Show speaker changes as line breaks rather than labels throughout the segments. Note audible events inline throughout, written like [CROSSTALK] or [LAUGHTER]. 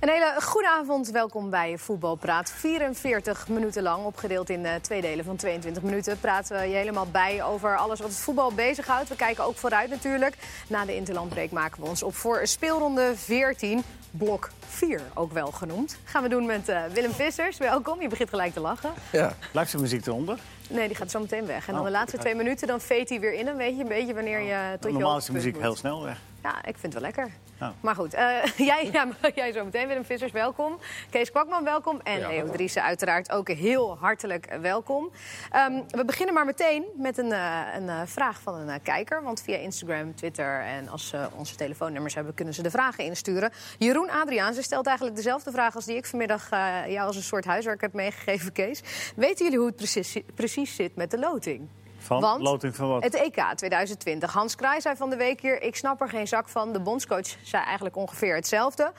Een hele goede avond, welkom bij Voetbalpraat. 44 minuten lang, opgedeeld in eh, twee delen van 22 minuten... praten we je helemaal bij over alles wat het voetbal bezighoudt. We kijken ook vooruit natuurlijk. Na de interlandbreek maken we ons op voor speelronde 14, blok 4 ook wel genoemd. Gaan we doen met eh, Willem Vissers. Welkom, je begint gelijk te lachen.
Ja.
Blijft de muziek eronder?
Nee, die gaat zo meteen weg. En dan
Oh,
de laatste
ja.
twee minuten, dan veet hij weer in. Dan weet je een beetje wanneer je tot je
Normaal is
hoogtepunt
de muziek
moet.
heel snel weg.
Ja, ik vind het wel lekker.
Oh.
Maar goed, eh, [LAUGHS] jij, ja, maar jij zo meteen, Willem Vissers, welkom. Kees Kwakman, welkom. En
Ja.
Leo Driessen, uiteraard ook heel hartelijk welkom. Ehm, we beginnen maar meteen met een, eh, een eh, vraag van een eh, kijker. Want via Instagram, Twitter en als ze onze telefoonnummers hebben... kunnen ze de vragen insturen. Jeroen Adriaanse stelt eigenlijk dezelfde vraag als die ik vanmiddag... eh, jou als een soort huiswerk heb meegegeven, Kees. Weten jullie hoe het precies, precies zit met de loting?
Van
Want-
loting van wat?
Het EK 2020. Hans Kraai zei van de week hier: Ik snap er geen zak van. De bondscoach zei eigenlijk ongeveer hetzelfde.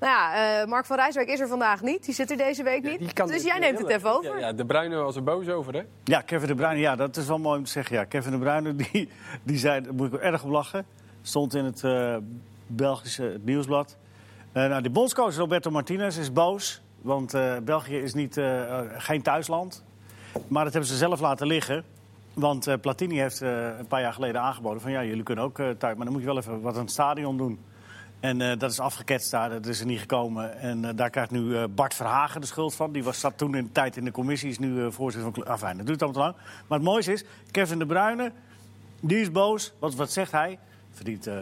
Nou ja, eh, Mark van Rijswijk is er vandaag niet. Die zit er deze week
Ja, die
niet.
kan
dus
dit
jij
niet
neemt het
willen.
even over.
Ja, ja, de Bruyne was er boos over, hè?
Ja, Kevin de Bruyne. Ja, dat is wel mooi om te zeggen. Ja, Kevin de Bruyne, die, die zei, daar moet ik wel erg op lachen. Stond in het eh, Belgische nieuwsblad. Eh, nou, de bondscoach Roberto Martinez is boos. Want eh, België is niet, eh, eh, geen thuisland. Maar dat hebben ze zelf laten liggen. Want eh, Platini heeft eh, een paar jaar geleden aangeboden van... ja, jullie kunnen ook eh, thuis, maar dan moet je wel even wat aan het stadion doen. En eh, dat is afgeketst daar, dat is er niet gekomen. En eh, daar krijgt nu eh, Bart Verhagen de schuld van. Die was, zat toen in de tijd in de commissie, is nu eh, voorzitter van... Cl- Afijn, dat duurt allemaal te lang. Maar het mooiste is, Kevin de Bruyne, die is boos. Wat, wat zegt hij? Verdient eh,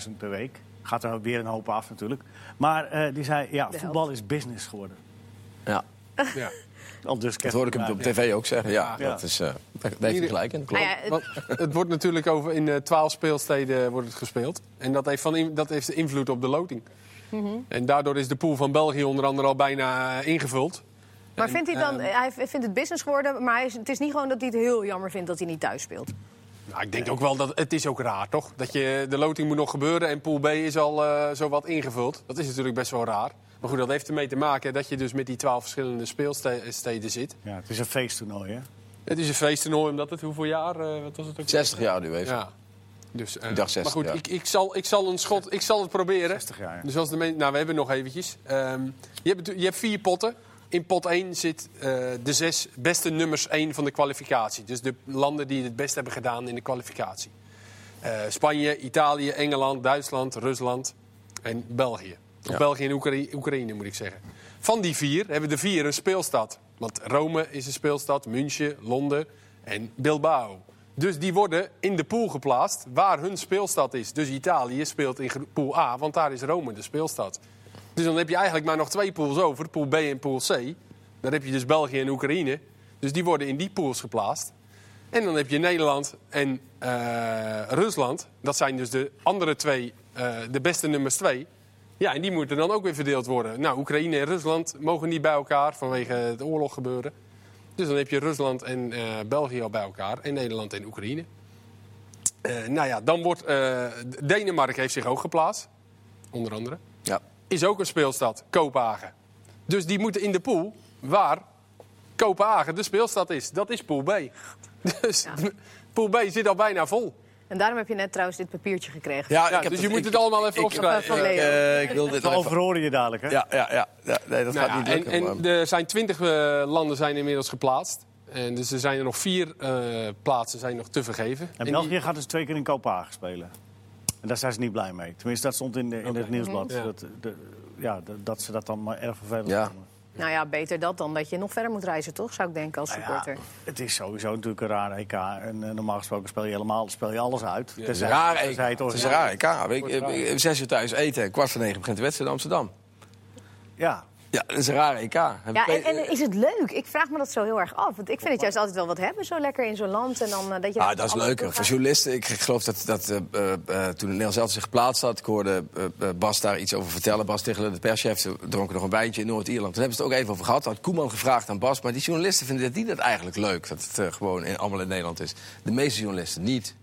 300.000 per week. Gaat er weer een hoop af natuurlijk. Maar eh, die zei, ja,
De
voetbal is business geworden.
ja.
Ja.
Al dus
Oh, Dat
Kevin
hoor ik hem
de
op
Bruyne.
tv ook zeggen. Ja,
Ja.
Dat is, eh daar daar heeft hij gelijk in.
Nou
Klopt.
ja, het-
Want het wordt natuurlijk over in eh, twaalf speelsteden wordt het gespeeld. En dat heeft, van, in- dat heeft invloed op de loting. En daardoor is de pool van België onder andere al bijna eh, ingevuld.
maar
En,
vindt hij dan,
eh,
hij vindt het business geworden, maar hij is, het is niet gewoon dat hij het heel jammer vindt dat hij niet thuis speelt.
Nou, ik denk ook wel dat het is ook raar, toch? Dat je, de loting moet nog gebeuren en pool B is al eh zowat ingevuld. Dat is natuurlijk best wel raar. Maar goed, dat heeft ermee te maken dat je dus met die twaalf verschillende speelsteden zit.
Ja, het is een feesttoernooi, hè?
Het is een feesttoernooi omdat het hoeveel jaar, eh, wat was het ook?
60 jaar nu even.
Ja. Dus, eh,
Ik dacht 60,
maar goed,
ja.
ik, ik, zal, ik zal een schot, ik zal het proberen.
60 jaar, ja.
Dus als de men- nou, we hebben nog eventjes. Ehm, je, hebt, je hebt vier potten. In pot 1 zit eh, de zes beste nummers 1 van de kwalificatie. Dus de landen die het best hebben gedaan in de kwalificatie. Eh, Spanje, Italië, Engeland, Duitsland, Rusland en België. Of
Ja.
België en Oekra- Oekraïne moet ik zeggen. Van die vier hebben de vier een speelstad. Want Rome is een speelstad, München, Londen en Bilbao. Dus die worden in de pool geplaatst waar hun speelstad is. Dus Italië speelt in gro- pool A, want daar is Rome de speelstad. Dus dan heb je eigenlijk maar nog twee pools over, pool B en pool C. Dan heb je dus België en Oekraïne. Dus die worden in die pools geplaatst. En dan heb je Nederland en eh, Rusland. Dat zijn dus de andere twee, eh, de beste nummers twee. Ja, en die moeten dan ook weer verdeeld worden. Nou, Oekraïne en Rusland mogen niet bij elkaar vanwege de oorlog gebeuren. Dus dan heb je Rusland en eh, België al bij elkaar. En Nederland en Oekraïne. Eh, nou ja, dan wordt... eh, Denemarken heeft zich ook geplaatst. Onder andere
Ja.
is ook een speelstad, Kopenhagen. Dus die moeten in de pool waar Kopenhagen de speelstad is. Dat is pool B. [LAUGHS] Dus pool B zit al bijna vol.
En daarom heb je net trouwens dit papiertje gekregen.
Ja,
Ja,
ik heb
dus je moet
ik-
het allemaal even
ik-
opschrijven.
ik-
Van Leo.
eh, ik wil dit
Dan
al even...
overhoor je dadelijk, hè?
Ja, ja, ja. ja nee, dat
Nou
gaat
ja,
niet lukken.
en,
maar-
en er zijn twintig eh, landen zijn inmiddels geplaatst. En dus er zijn er nog vier eh, plaatsen zijn nog te vergeven.
En
die-
België gaat dus twee keer in Kopenhagen spelen. En daar zijn ze niet blij mee. Tenminste, dat stond in, de- in het nieuwsblad.
Ja.
Dat, de- ja, dat, dat ze dat dan maar erg vervelend
Ja.
vonden.
Nou ja, beter dat dan dat je nog verder moet reizen, toch? Zou ik denken als
Nou ja,
supporter.
het is sowieso natuurlijk een raar EK. En eh, normaal gesproken speel je, helemaal, speel je alles uit.
Het is
Tenzij-
een raar
tenzij
EK.
het
Het is een
organiseert.
raar EK. Ik- ik- ik- Zes uur thuis eten en kwart voor negen begint de wedstrijd in Amsterdam.
Ja,
Ja, dat is een raar EK. Heb
Ja,
ik-
en, en is het leuk? Ik vraag me dat zo heel erg af. Want ik vind het juist altijd wel wat hebben, zo lekker in zo'n land. En dan, eh, dat je
Ah, dat is
alles
leuker.
doorgaat.
Voor journalisten, ik geloof dat, dat eh, eh, eh, toen Nederland zelf zich geplaatst had... ik hoorde eh, eh, Bas daar iets over vertellen. Bas Tichelen, de perschef, ze dronken nog een wijntje in Noord-Ierland. Toen hebben ze het ook even over gehad. Had Koeman gevraagd aan Bas. Maar die journalisten vinden dat, die dat eigenlijk leuk. Dat het eh, gewoon in, allemaal in Nederland is. De meeste journalisten niet.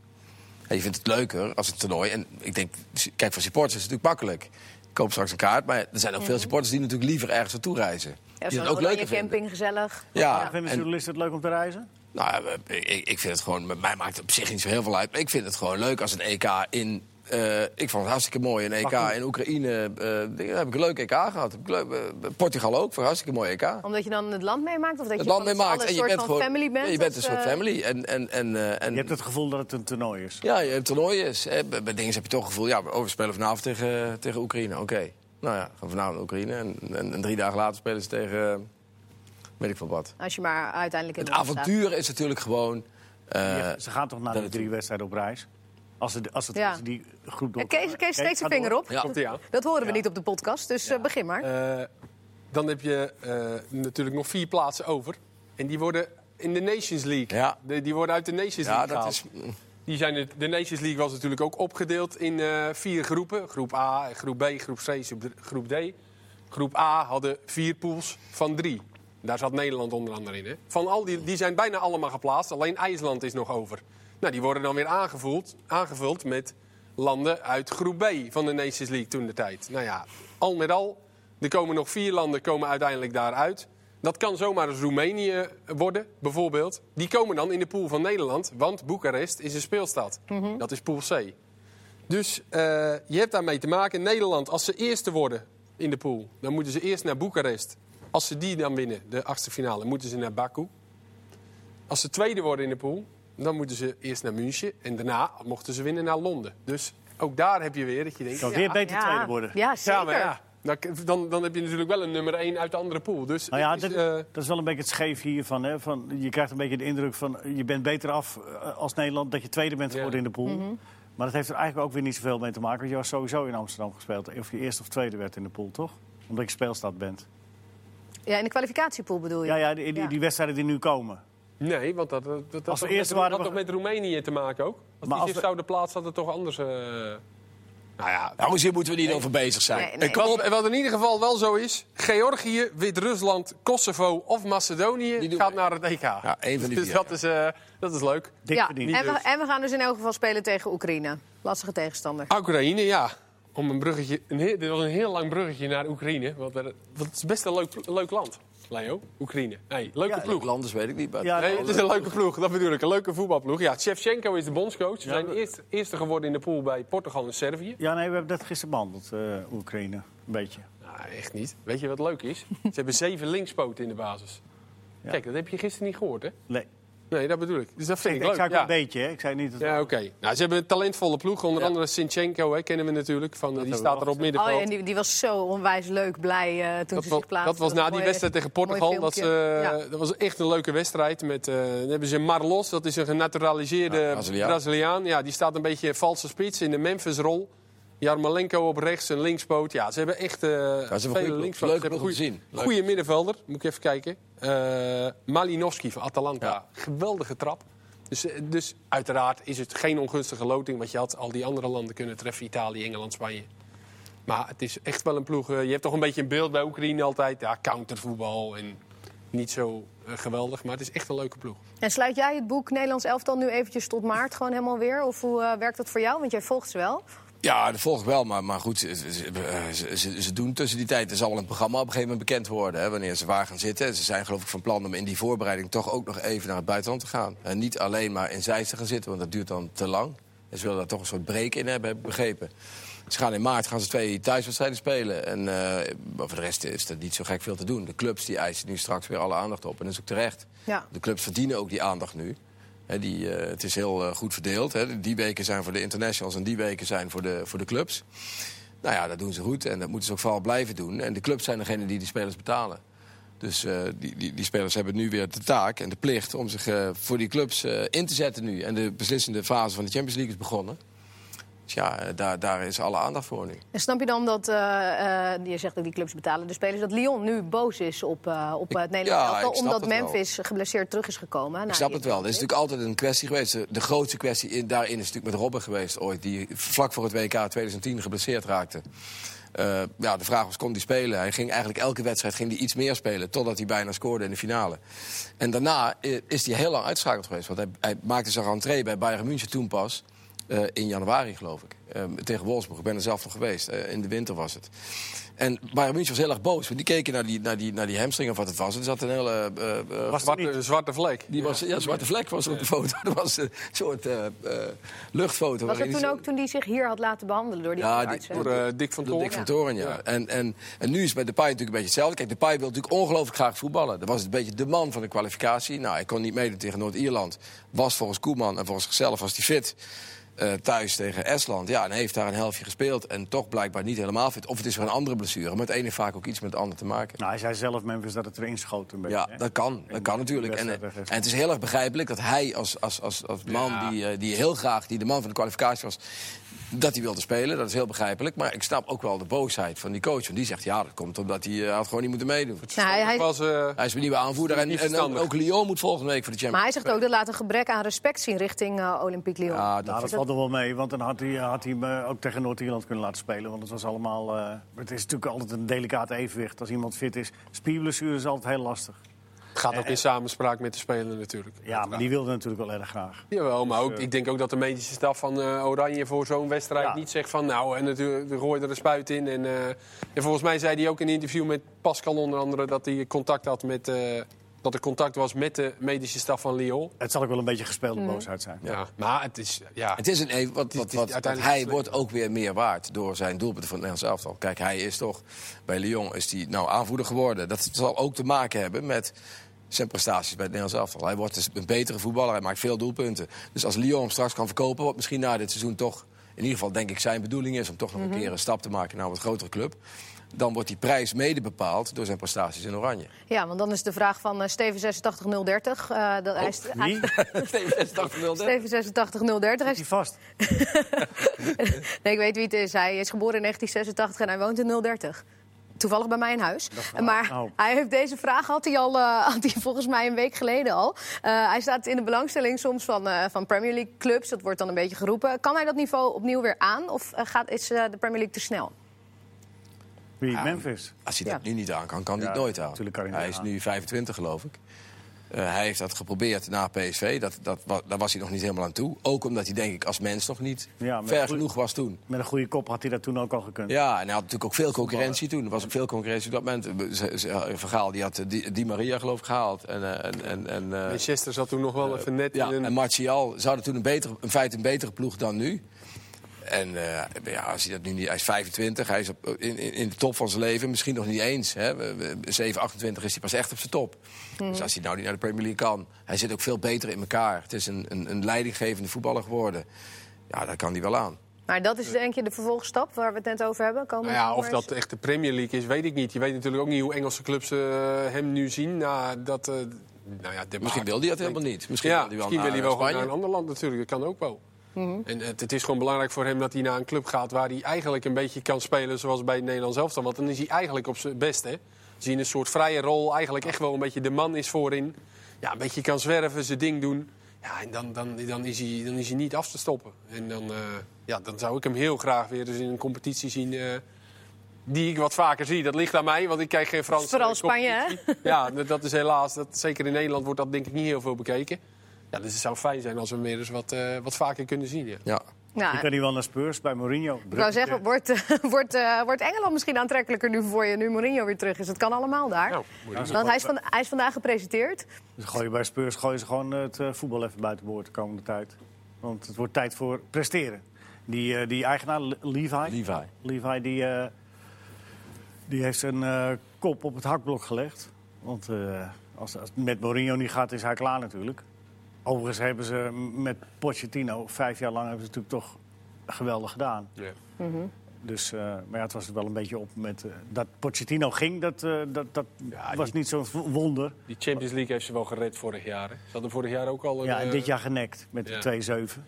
Ja, je vindt het leuker als het toernooi. En ik denk, kijk, voor supporters is het natuurlijk makkelijk. Ik koop straks een kaart. Maar er zijn ook veel supporters die natuurlijk liever ergens naartoe reizen.
Mhm. Ja,
die
zo'n
het ook
oranje
leuker vinden.
camping, gezellig.
Ja,
vinden
en-
journalisten het leuk om te reizen?
nou, ja, ik, ik vind het gewoon, mij maakt het op zich niet zo heel veel uit. Maar ik vind het gewoon leuk als een EK in eh, eh, ik vond het hartstikke mooi in EK.
Mag ik-
In Oekraïne eh, dingen, heb ik een leuk EK gehad. Heb ik leuk- eh, Portugal ook, voor een hartstikke mooi EK.
Omdat je dan het land meemaakt? Of dat
Het
je
land
van
mee
z'n allen
maakt.
een
En je
soort
bent
van
gewoon
family bent?
je bent een
of,
soort
eh,
family. En, en, en, eh, en,
Je hebt het gevoel dat het een toernooi is.
Ja, je hebt toernooien. is. Eh, Bij bij dingen heb je toch het gevoel, ja, oh, we spelen vanavond tegen, tegen Oekraïne. Oké. Nou ja, gaan vanavond Oekraïne. En, en, en drie dagen later spelen ze tegen, eh, weet ik veel wat.
Als je maar uiteindelijk in
Het
de land staat.
avontuur is natuurlijk gewoon... eh,
Ja, ze gaan toch naar
dat
de
het-
drie wedstrijden op reis? Als, het, als, het,
Ja.
als ze die groep door...
En Kees, Kees steekt zijn vinger op.
Ja.
Komt-ie aan.
Dat horen we
Ja.
niet op de podcast, dus eh, begin maar.
Eh, dan heb je eh, natuurlijk nog vier plaatsen over. En die worden in de Nations League.
Ja.
De- die worden uit de Nations
ja,
League
dat
gehaald.
is...
Die zijn het- de Nations League was natuurlijk ook opgedeeld in eh, vier groepen. Groep A, groep B, groep C, sub- groep D. Groep A hadden vier pools van drie. Daar zat Nederland onder andere in. Hè? Van al die, die zijn bijna allemaal geplaatst, alleen IJsland is nog over. Nou, die worden dan weer aangevoeld, aangevuld met landen uit groep B van de Nations League toen de tijd. Nou ja, al met al, er komen nog vier landen komen uiteindelijk daaruit. Dat kan zomaar eens Roemenië worden, bijvoorbeeld. Die komen dan in de pool van Nederland, want Boekarest is een speelstad. Dat is pool C. Dus eh, je hebt daarmee te maken. Nederland, als ze eerste worden in de pool, dan moeten ze eerst naar Boekarest. Als ze die dan winnen, de achtste finale, moeten ze naar Baku. Als ze tweede worden in de pool, dan moeten ze eerst naar München. En daarna mochten ze winnen naar Londen. Dus ook daar heb je weer dat je denkt...
Kan weer beter
ja.
tweede worden.
Ja, zeker.
Ja, maar ja. Dan, Nou, dan, dan heb je natuurlijk wel een nummer 1 uit de andere pool. Dus
Nou ja,
het is,
dat,
eh,
dat is wel een beetje het scheef hiervan. Hè? Van, je krijgt een beetje de indruk van je bent beter af eh, als Nederland dat je tweede bent geworden in de pool.
Mhm.
Maar dat heeft er eigenlijk ook weer niet zoveel mee te maken. Want je was sowieso in Amsterdam gespeeld. Of je eerste of tweede werd in de pool, toch? Omdat je speelstad bent.
Ja, in de kwalificatiepool bedoel je?
Ja, ja, die, die, die wedstrijden die nu komen.
Nee, want dat, dat, dat,
Als we
had
eerst
met-
waren
had
we-
toch met Roemenië te maken ook? Als
Maar
die
als
zich
we-
zouden plaatsen, had het toch anders... eh, Nou ja,
Nou, dus hier moeten we niet over bezig zijn.
Nee, nee.
Ik wat, wat in ieder geval wel zo is... Georgië, Wit-Rusland, Kosovo of
Die
Macedonië
doen
gaat
we.
naar het EK.
Ja, één van die
dus
vier,
dat is, eh, dat is leuk.
Dik
Ja,
verdiend.
En, we, en we gaan dus in elk geval spelen tegen Oekraïne. Lastige tegenstander.
Ah,
Oekraïne, ja. Om een bruggetje... Een heel, dit was een heel lang bruggetje naar Oekraïne. Want er- want het is best een leuk, leuk land, Leo. Oekraïne. Hey, leuke
Ja,
ploeg.
Landers weet ik niet, maar...
Ja,
Nee, het is een leuke ploeg, dat bedoel ik. Een leuke voetbalploeg. Ja, Shevchenko is de bondscoach. Ze zijn eerst, eerste geworden in de pool bij Portugal en Servië.
Ja, nee, we hebben dat gisteren behandeld, eh, Oekraïne. Een beetje.
Nou, echt niet. Weet je wat leuk is? Ze hebben zeven linkspoten in de basis.
Ja.
Kijk, dat heb je gisteren niet gehoord, hè?
Nee.
Nee, dat bedoel ik. Dus dat vind
Ik,
ik,
zei
leuk.
ook
Ja,
een beetje, hè. Ik zei niet... Dat...
ja oké. Nou, ze hebben een talentvolle ploeg. Onder
Ja.
andere Sinchenko, hè, kennen we natuurlijk. Van, die
hebben we
staat er op
Oh, ja,
middenveld.
en die, die was zo onwijs leuk, blij eh, toen
Dat
ze
wa-
zich plaatste.
dat was na
een
die
mooie-
wedstrijd tegen
mooi
Portugal. Dat,
filmpje.
ze,
eh,
eh,
Ja.
dat was echt een leuke wedstrijd. Met, eh, dan hebben ze Marlos, dat is een genaturaliseerde
Ja, Braziliaan.
Braziliaan. Ja, die staat een beetje valse spits in de Memphis-rol. Jarmolenko op rechts, een linkspoot. Ja, ze hebben echt eh
een goede
vele
ploeg.
linkspoot.
Leuke
Ze hebben
ploeg om
een
te
goede-
zien. Leuk.
goede middenvelder, moet ik even kijken. Eh Malinowski van Atalanta. Geweldige trap. Dus, eh, dus uiteraard is het geen ongunstige loting. Want je had al die andere landen kunnen treffen. Italië, Engeland, Spanje. Maar het is echt wel een ploeg. eh, Je hebt toch een beetje een beeld bij Oekraïne altijd. Ja, countervoetbal en niet zo eh, geweldig. Maar het is echt een leuke ploeg.
En sluit jij het boek Nederlands Elftal nu eventjes tot maart gewoon helemaal weer? Of hoe eh, werkt dat voor jou? Want jij volgt ze wel.
Ja, dat volg ik wel, maar, maar goed, ze, ze- ze- eh, ze- ze- ze doen tussen die tijd. Er zal wel een programma op een gegeven moment bekend worden, hè, wanneer ze waar gaan zitten. Ze zijn geloof ik van plan om in die voorbereiding toch ook nog even naar het buitenland te gaan. En niet alleen maar in Zeist te gaan zitten, want dat duurt dan te lang. En ze willen daar toch een soort break in hebben, heb ik begrepen. Ze gaan in maart gaan ze twee thuiswedstrijden spelen. En eh, maar voor de rest is er niet zo gek veel te doen. De clubs die eisen nu straks weer alle aandacht op. En dat is ook terecht.
Ja.
De clubs verdienen ook die aandacht nu. Hè, die, eh, het is heel eh, goed verdeeld. Hè. Die weken zijn voor de internationals en die weken zijn voor de, voor de clubs. Nou ja, dat doen ze goed en dat moeten ze ook vooral blijven doen. En de clubs zijn degene die de spelers betalen. Dus eh, die, die, die spelers hebben nu weer de taak en de plicht om zich eh, voor die clubs eh, in te zetten nu. En de beslissende fase van de Champions League is begonnen. Dus ja, eh, daar, daar is alle aandacht voor nu.
En snap je dan dat, eh, eh, je zegt dat die clubs betalen de spelers, dat Lyon nu boos is op, eh, op het Nederlands
ja,
Elftal?
ik snap
Omdat
het wel.
Memphis geblesseerd terug is gekomen. hè, na
Ik snap
die
het wel. Dat is
interlands.
natuurlijk altijd een kwestie geweest. De- De grootste kwestie in, daarin is natuurlijk met Robben geweest ooit. Die vlak voor het WK 2010 geblesseerd raakte. Eh, ja, de vraag was, kon die spelen? Hij ging eigenlijk elke wedstrijd ging die iets meer spelen. Totdat hij bijna scoorde in de finale. En daarna eh, is hij heel lang uitschakeld geweest. Want hij, hij maakte zijn rentree bij Bayern München toen pas. eh, in januari, geloof ik. eh, tegen Wolfsburg. Ik ben er zelf nog geweest. eh, in de winter was het. En Bayern München was heel erg boos. Want die keken naar die, naar die, naar die hamstring of wat het was. Er zat een hele... eh, eh,
Was er niet.
Zwarte, zwarte vlek.
die was, ja, zwarte vlek was op de foto. [LAUGHS] Dat was een soort eh, eh, luchtfoto.
Was het
waarin
toen
ze-
ook toen die zich hier had laten behandelen door die
Ja,
arts?
die-
Door eh, Dick van
Door
Toorn.
Dick van Toren, ja.
Ja.
En, en, en nu is bij Depay natuurlijk een beetje hetzelfde. Kijk, Depay wil natuurlijk ongelooflijk graag voetballen. Dat was een beetje de man van de kwalificatie. Nou, hij kon niet meedoen tegen Noord-Ierland. Was volgens Koeman en volgens zichzelf was hij fit. eh, thuis tegen Estland. Ja, en heeft daar een helftje gespeeld. En toch blijkbaar niet helemaal fit. Of het is weer een andere blessure. Maar het ene heeft vaak ook iets met het ander te maken.
Nou, hij zei zelf, Memphis, dat het erin schoot een beetje.
Ja,
hè?
dat kan. Dat kan natuurlijk. En, eh, en het is heel erg begrijpelijk dat hij als, als, als, als man die, eh, die heel graag die de man van de kwalificatie was, dat hij wilde spelen. Dat is heel begrijpelijk. Maar ik snap ook wel de boosheid van die coach. Want die zegt ja, dat komt omdat hij eh, had gewoon niet moeten meedoen.
Nou, hij- hij-
was, eh,
Hij is een nieuwe aanvoerder. En,
Niet
en ook,
verstandig.
ook Lyon moet volgende week voor de
Maar
Champions
hij zegt ook dat laat een gebrek aan respect zien richting eh, Olympique Lyon.
Ja, dat-
Nou, dat valt er wel mee, want dan had hij, had hij me ook tegen Noord-Ierland kunnen laten spelen. Want het was allemaal. eh, het is natuurlijk altijd een delicaat evenwicht. Als iemand fit is, spierblessure is altijd heel lastig.
het gaat ook in samenspraak met de speler natuurlijk.
Ja, maar die wilde natuurlijk wel erg graag.
Jawel, maar ook, ik denk ook dat de medische staf van eh, Oranje voor zo'n wedstrijd
Ja.
niet zegt van... nou, en natuurlijk gooi er een spuit in. En, eh, en volgens mij zei hij ook in een interview met Pascal onder andere... dat hij contact had met... eh, dat er contact was met de medische staf van Lyon.
Het zal ook wel een beetje gespeelde
Mhm.
boosheid zijn.
Ja. Maar het is... Ja,
Het is een even, wat, wat,
het is
wat, wat-
uiteindelijk
hij
een
wordt ook weer meer waard door zijn doelpunten van het Nederlands elftal. Kijk, hij is toch bij Lyon is hij nou aanvoerder geworden. Dat zal ook te maken hebben met zijn prestaties bij het Nederlands elftal. Hij wordt dus een betere voetballer, hij maakt veel doelpunten. Dus als Lyon hem straks kan verkopen, wat misschien na dit seizoen toch... in ieder geval denk ik zijn bedoeling is om toch nog een keer een stap te maken naar een wat grotere club... dan wordt die prijs mede bepaald door zijn prestaties in Oranje.
Ja, want dan is de vraag van eh, Steven 86030. eh dat hij,
Wie?
Steven 86030. Hij
Is hij vast?
Nee, ik weet wie het is. Hij is geboren in 1986 en hij woont in 030. Toevallig bij mij in huis. Maar
nou.
Oh.
hij heeft deze vraag had hij al, eh, had hij volgens mij een week geleden al. Eh, hij staat in de belangstelling soms van, eh, van Premier League clubs. Dat wordt dan een beetje geroepen. Kan hij dat niveau opnieuw weer aan? Of eh, gaat, is eh, de Premier League te snel?
Wie? Memphis.
Als hij dat
Ja.
nu niet aan kan, kan hij
Ja,
het nooit aan.
natuurlijk kan hij
hij
niet
is
aan.
nu 25, geloof ik. Eh, hij heeft dat geprobeerd na PSV. Dat, dat, wa- daar was hij nog niet helemaal aan toe. Ook omdat hij, denk ik, als mens nog niet
Ja, maar
ver
goed.
genoeg was toen.
Met een goede kop had hij dat toen ook al gekund.
Ja, en hij had natuurlijk ook veel concurrentie toen. Er was ook veel concurrentie op dat moment. We- ze- ze- eh, Vergaal, die had eh, Di, Di Maria, geloof ik, gehaald. En, eh, en, en, en, eh,
Manchester zat toen nog wel even net
ja,
in een...
en Martial, ze hadden toen een betere, in feite een betere ploeg dan nu. En eh, ja, als hij dat nu niet... Hij is 25, hij is op, in, in, in de top van zijn leven. Misschien nog niet eens. Hè. We- we- 7, 28 is hij pas echt op zijn top. Dus als hij nou niet naar de Premier League kan... Hij zit ook veel beter in elkaar. Het is een, een, een leidinggevende voetballer geworden. Ja, daar kan hij wel aan.
Maar dat is denk je de vervolgstap waar we het net over hebben. Komen
Nou ja, of dat echt de Premier League is, weet ik niet. Je weet natuurlijk ook niet hoe Engelse clubs eh, hem nu zien. Na dat, eh, nou ja, de
Misschien wil hij dat helemaal niet. Misschien
ja,
wil hij wel
misschien
naar
wil hij wel gewoon
Spanje.
naar een ander land natuurlijk. Dat kan ook wel. En het, het is gewoon belangrijk voor hem dat hij naar een club gaat... waar hij eigenlijk een beetje kan spelen zoals bij het Nederlands elftal. Want dan is hij eigenlijk op zijn best, hè. Als hij in een soort vrije rol eigenlijk echt wel een beetje de man is voorin. Ja, een beetje kan zwerven, zijn ding doen. Ja, en dan, dan, dan, is, hij, dan is hij niet af te stoppen. En dan, eh, ja, dan zou ik hem heel graag weer eens in een competitie zien... eh, die ik wat vaker zie. Dat ligt aan mij, want ik kijk geen Frans. eh,
Vooral Spanje, hè?
[LAUGHS] Ja, dat dat is helaas. Dat, zeker in Nederland wordt dat denk ik niet heel veel bekeken. Ja, dus het zou fijn zijn als we hem weer eens wat, eh, wat vaker kunnen zien. Ja.
Ja.
Nou,
Je kan die wel naar Spurs bij Mourinho.
ik wou zeggen, wordt, eh, [LAUGHS] wordt, eh, wordt Engeland misschien aantrekkelijker nu voor je... nu Mourinho weer terug is? Het kan allemaal daar.
Nou, moet je-
Want hij is, van, hij is vandaag gepresenteerd.
Dus gooi je bij Spurs gooi ze gewoon het eh, voetbal even buiten boord de komende tijd. Want het wordt tijd voor presteren. Die, eh, die eigenaar, Le- Levi.
Levi.
Levi die, eh, die heeft zijn eh, kop op het hakblok gelegd. Want eh, als, als het met Mourinho niet gaat, is hij klaar natuurlijk. Overigens hebben ze met Pochettino, vijf jaar lang, hebben ze natuurlijk toch geweldig gedaan.
Ja.
Dus, eh, maar ja, het was er wel een beetje op met... eh, dat Pochettino ging, dat, eh, dat, dat
Ja,
was
die-
niet zo'n wonder.
Die Champions League heeft ze wel gered vorig jaar. Hè. Ze hadden vorig jaar ook al... een,
Ja, en
eh,
dit jaar genekt met
ja.
de 2-7.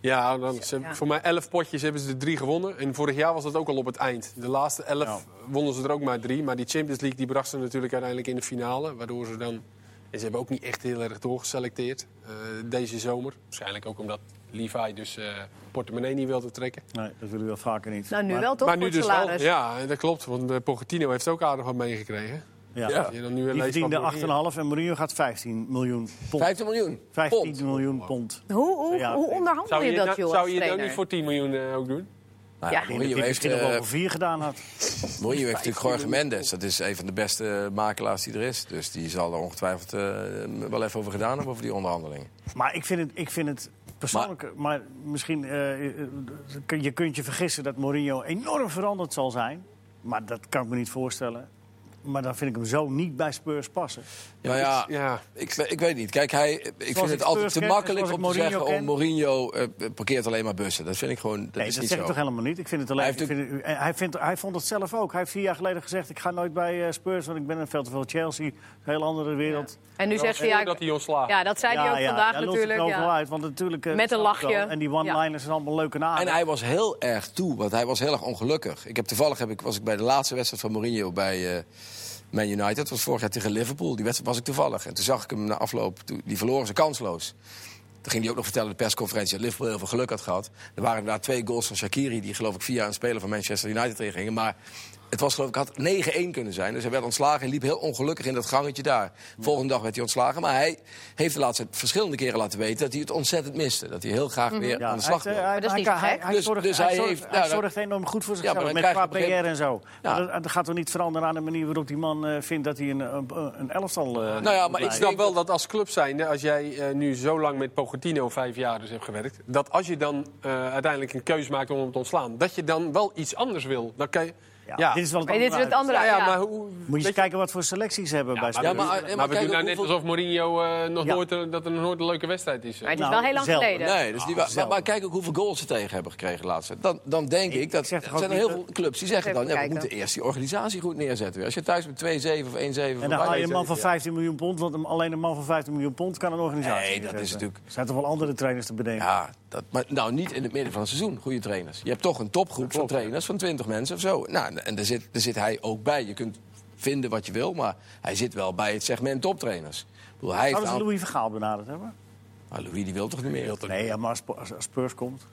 Ja, dan, ze, hebben-
Ja.
voor mij elf potjes hebben ze er drie gewonnen. En vorig jaar was dat ook al op het eind. De laatste elf wonnen ze er ook maar drie. Maar die Champions League die bracht ze natuurlijk uiteindelijk in de finale. Waardoor ze dan... En ze hebben ook niet echt heel erg doorgeselecteerd eh, deze zomer. Waarschijnlijk ook omdat Levi dus eh, portemonnee niet wilde trekken.
Nee, dat willen we wel vaker niet.
Nou, nu
Maar
wel toch?
maar nu
voor het
dus wel.
salaris.
Ja, dat klopt. Want eh, Pochettino heeft ook aardig wat meegekregen.
Ja.
Ja.
Je dan nu een
Die
lijst van
verdiende
Mourinho.
8,5 en Mourinho gaat 15 miljoen pond.
15 miljoen.
15
Pond.
miljoen pond.
Hoe, hoe,
Ja.
hoe onderhandel
Zou
je,
je,
dat,
het nou-
joh?
zou
als
je het ook
trainer?
niet voor 10 miljoen eh, ook doen?
Nou,
Ja.
ja,
Ik denk dat
Mourinho
hij
heeft,
misschien nog wel
eh,
voor 4 gedaan had.
Mourinho heeft natuurlijk Jorge Mendes. Dat is een van de beste eh, makelaars die er is. Dus die zal er ongetwijfeld eh, wel even over gedaan hebben, over die onderhandelingen.
Maar ik vind het, ik vind het persoonlijk... Maar, misschien, eh, eh, kun- je kunt je vergissen dat Mourinho enorm veranderd zal zijn. Maar dat kan ik me niet voorstellen. Maar dan vind ik hem zo niet bij Spurs passen.
Nou ja,
Ja.
Ik, ik weet niet. Kijk, hij, ik vind
ik
het altijd
Spurs
te
ken,
makkelijk
zoals
om te
ik Mourinho
zeggen...
ken.
om Mourinho eh, parkeert alleen maar bussen. Dat vind ik gewoon... Dat
Nee,
is
dat
niet
zeg ik
zo.
toch helemaal niet. Ik vind het alleen.
Hij
Hij,
heeft
ik vind het- hij, hij vindt, hij vond het zelf ook. Hij heeft vier jaar geleden gezegd: ik ga nooit bij eh, Spurs, want ik ben een veel te veel Chelsea, een heel andere wereld.
En nu zegt hij,
Voordat
ja,
dat
ik-
hij ontslaat.
ja, dat zei hij ook vandaag
hij lult het
natuurlijk.
overal
Ja.
uit, want natuurlijk, eh,
Met een
snap ik wel.
lachje.
En die one-liners zijn allemaal leuke namen.
En hij was heel erg toe, want hij was heel erg ongelukkig. Ik heb, toevallig heb ik, was ik bij de laatste wedstrijd van Mourinho bij eh, Man United. Dat was vorig jaar tegen Liverpool. Die wedstrijd was ik toevallig. En toen zag ik hem na afloop, toen- die verloren ze kansloos. Toen ging hij ook nog vertellen in de persconferentie dat Liverpool heel veel geluk had gehad. Er waren daar twee goals van Shakiri, die geloof ik via een speler van Manchester United erin gingen. Maar het was geloof ik, had 9-1 kunnen zijn. Dus hij werd ontslagen en liep heel ongelukkig in dat gangetje daar. Volgende dag werd hij ontslagen. Maar hij heeft de laatste verschillende keren laten weten dat hij het ontzettend miste. Dat hij heel graag weer
Mhm. Ja,
aan de slag
hij, eh,
wilde.
Maar
hij,
dat is
hij-
niet
hij-
gek.
hij
Dus-
zorgt,
dus
hij
hij
zorgt,
heeft-
hij
ja, dat-
zorgt enorm goed voor zichzelf.
maar dan
met
krijg
qua
je
PR
op een gegeven-
en zo.
Ja.
Maar Dat, dat gaat toch niet veranderen aan de manier waarop die man eh, vindt dat hij een, een, een elftal. eh,
Nou ja, maar
Oh, Ik
ik
snap
denk
wel dat als club zijnde, als jij eh, nu zo lang met Pochettino vijf jaar dus hebt gewerkt... dat als je dan eh, uiteindelijk een keus maakt om hem te ontslaan... dat je dan wel iets anders wil. Dan kan je...
ja,
Ja,
Dit is wel het
Nee, dit is het andere.
ja,
Ja,
ja, maar hoe...
Moet je eens
weet
kijken wat voor selecties ze hebben bij Spurs.
Ja, maar- eh,
maar,
maar
we
kijk
doen nou
ook
net
hoeveel-
alsof Mourinho eh, nog
Ja.
nooit, een- dat er nog nooit een leuke wedstrijd is. eh.
Maar het is
Nou,
wel heel lang
zelden.
geleden.
Nee, dus die wa- maar,
zelden.
maar kijk ook hoeveel goals ze tegen hebben gekregen laatst. Dan, dan denk ik, dat
ik zeg toch ook
zijn er heel
niet,
veel clubs die zeggen
Even
dan... Ja, we
kijken.
moeten eerst die organisatie goed neerzetten. weer. Als je thuis met 2-7 of 1-7
En dan
voorbij
haal je
bent-
een man van 15 miljoen pond, want een- alleen een man van 15 miljoen pond kan een organisatie.
Nee, dat is
neerzetten.
natuurlijk-
Er zijn toch wel andere trainers te bedenken.
Ja, dat, maar nou niet in het midden van het seizoen, goede trainers. Je hebt toch een topgroep van trainers van 20 mensen of zo. Nou, en daar zit, daar zit hij ook bij. Je kunt vinden wat je wil, maar hij zit wel bij het segment toptrainers. Ik bedoel, hij heeft
Zouden ze
aan-
Louis Vergaal benaderd hebben?
Maar Louis die wil toch niet meer?
Nee, ja, maar als Sp- als als Spurs komt.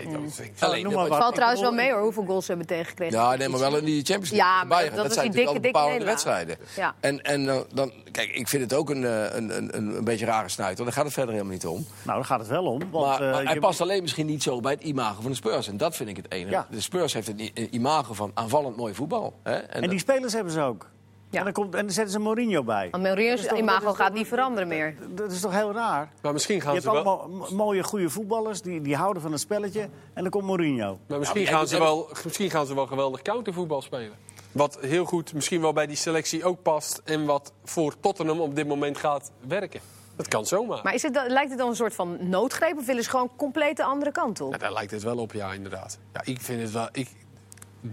I
Mm.
don't think so.
Alleen,
noem
dat
maar
wordt-
Het valt
Ik
trouwens wel
bedoel-
mee hoor, hoeveel goals ze hebben tegengekregen.
Ja, nee, maar wel in die Champions League.
Ja, maar
Bayern,
dat- dat
zijn
is die
natuurlijk
dikke,
al
dikke
bepalende wedstrijden.
Ja.
En, en dan, dan, kijk, ik vind het ook een, eh, een, een, een, een beetje rare snuit, want daar gaat het verder helemaal niet om.
Nou, daar gaat het wel om. Want,
Maar,
eh,
maar hij
je-
past alleen misschien niet zo bij het imago van de Spurs. En dat vind ik het enige.
Ja.
De Spurs heeft een, i- een imago van aanvallend mooi voetbal. Hè? En,
En die spelers hebben ze ook.
Ja.
En, dan komt, en dan zetten ze Mourinho bij.
Want Mourinho's
Dat is toch-
imago
dat is
gaat niet veranderen meer.
Dat is toch heel raar?
Maar misschien
Je
gaan
hebt
ze wel...
allemaal m- mooie, goede voetballers die, die houden van het spelletje. En dan komt Mourinho.
Maar misschien,
Ja, maar
gaan
jij
ze
doet-
wel, misschien gaan ze wel geweldig countervoetbal spelen. Wat heel goed misschien wel bij die selectie ook past. En wat voor Tottenham op dit moment gaat werken. Dat kan zomaar.
Maar is het, dan- lijkt het dan een soort van noodgreep of willen ze gewoon compleet de andere kant op?
Ja, Nou, daar lijkt het wel op, ja, inderdaad. Ja, ik vind het wel. Ik,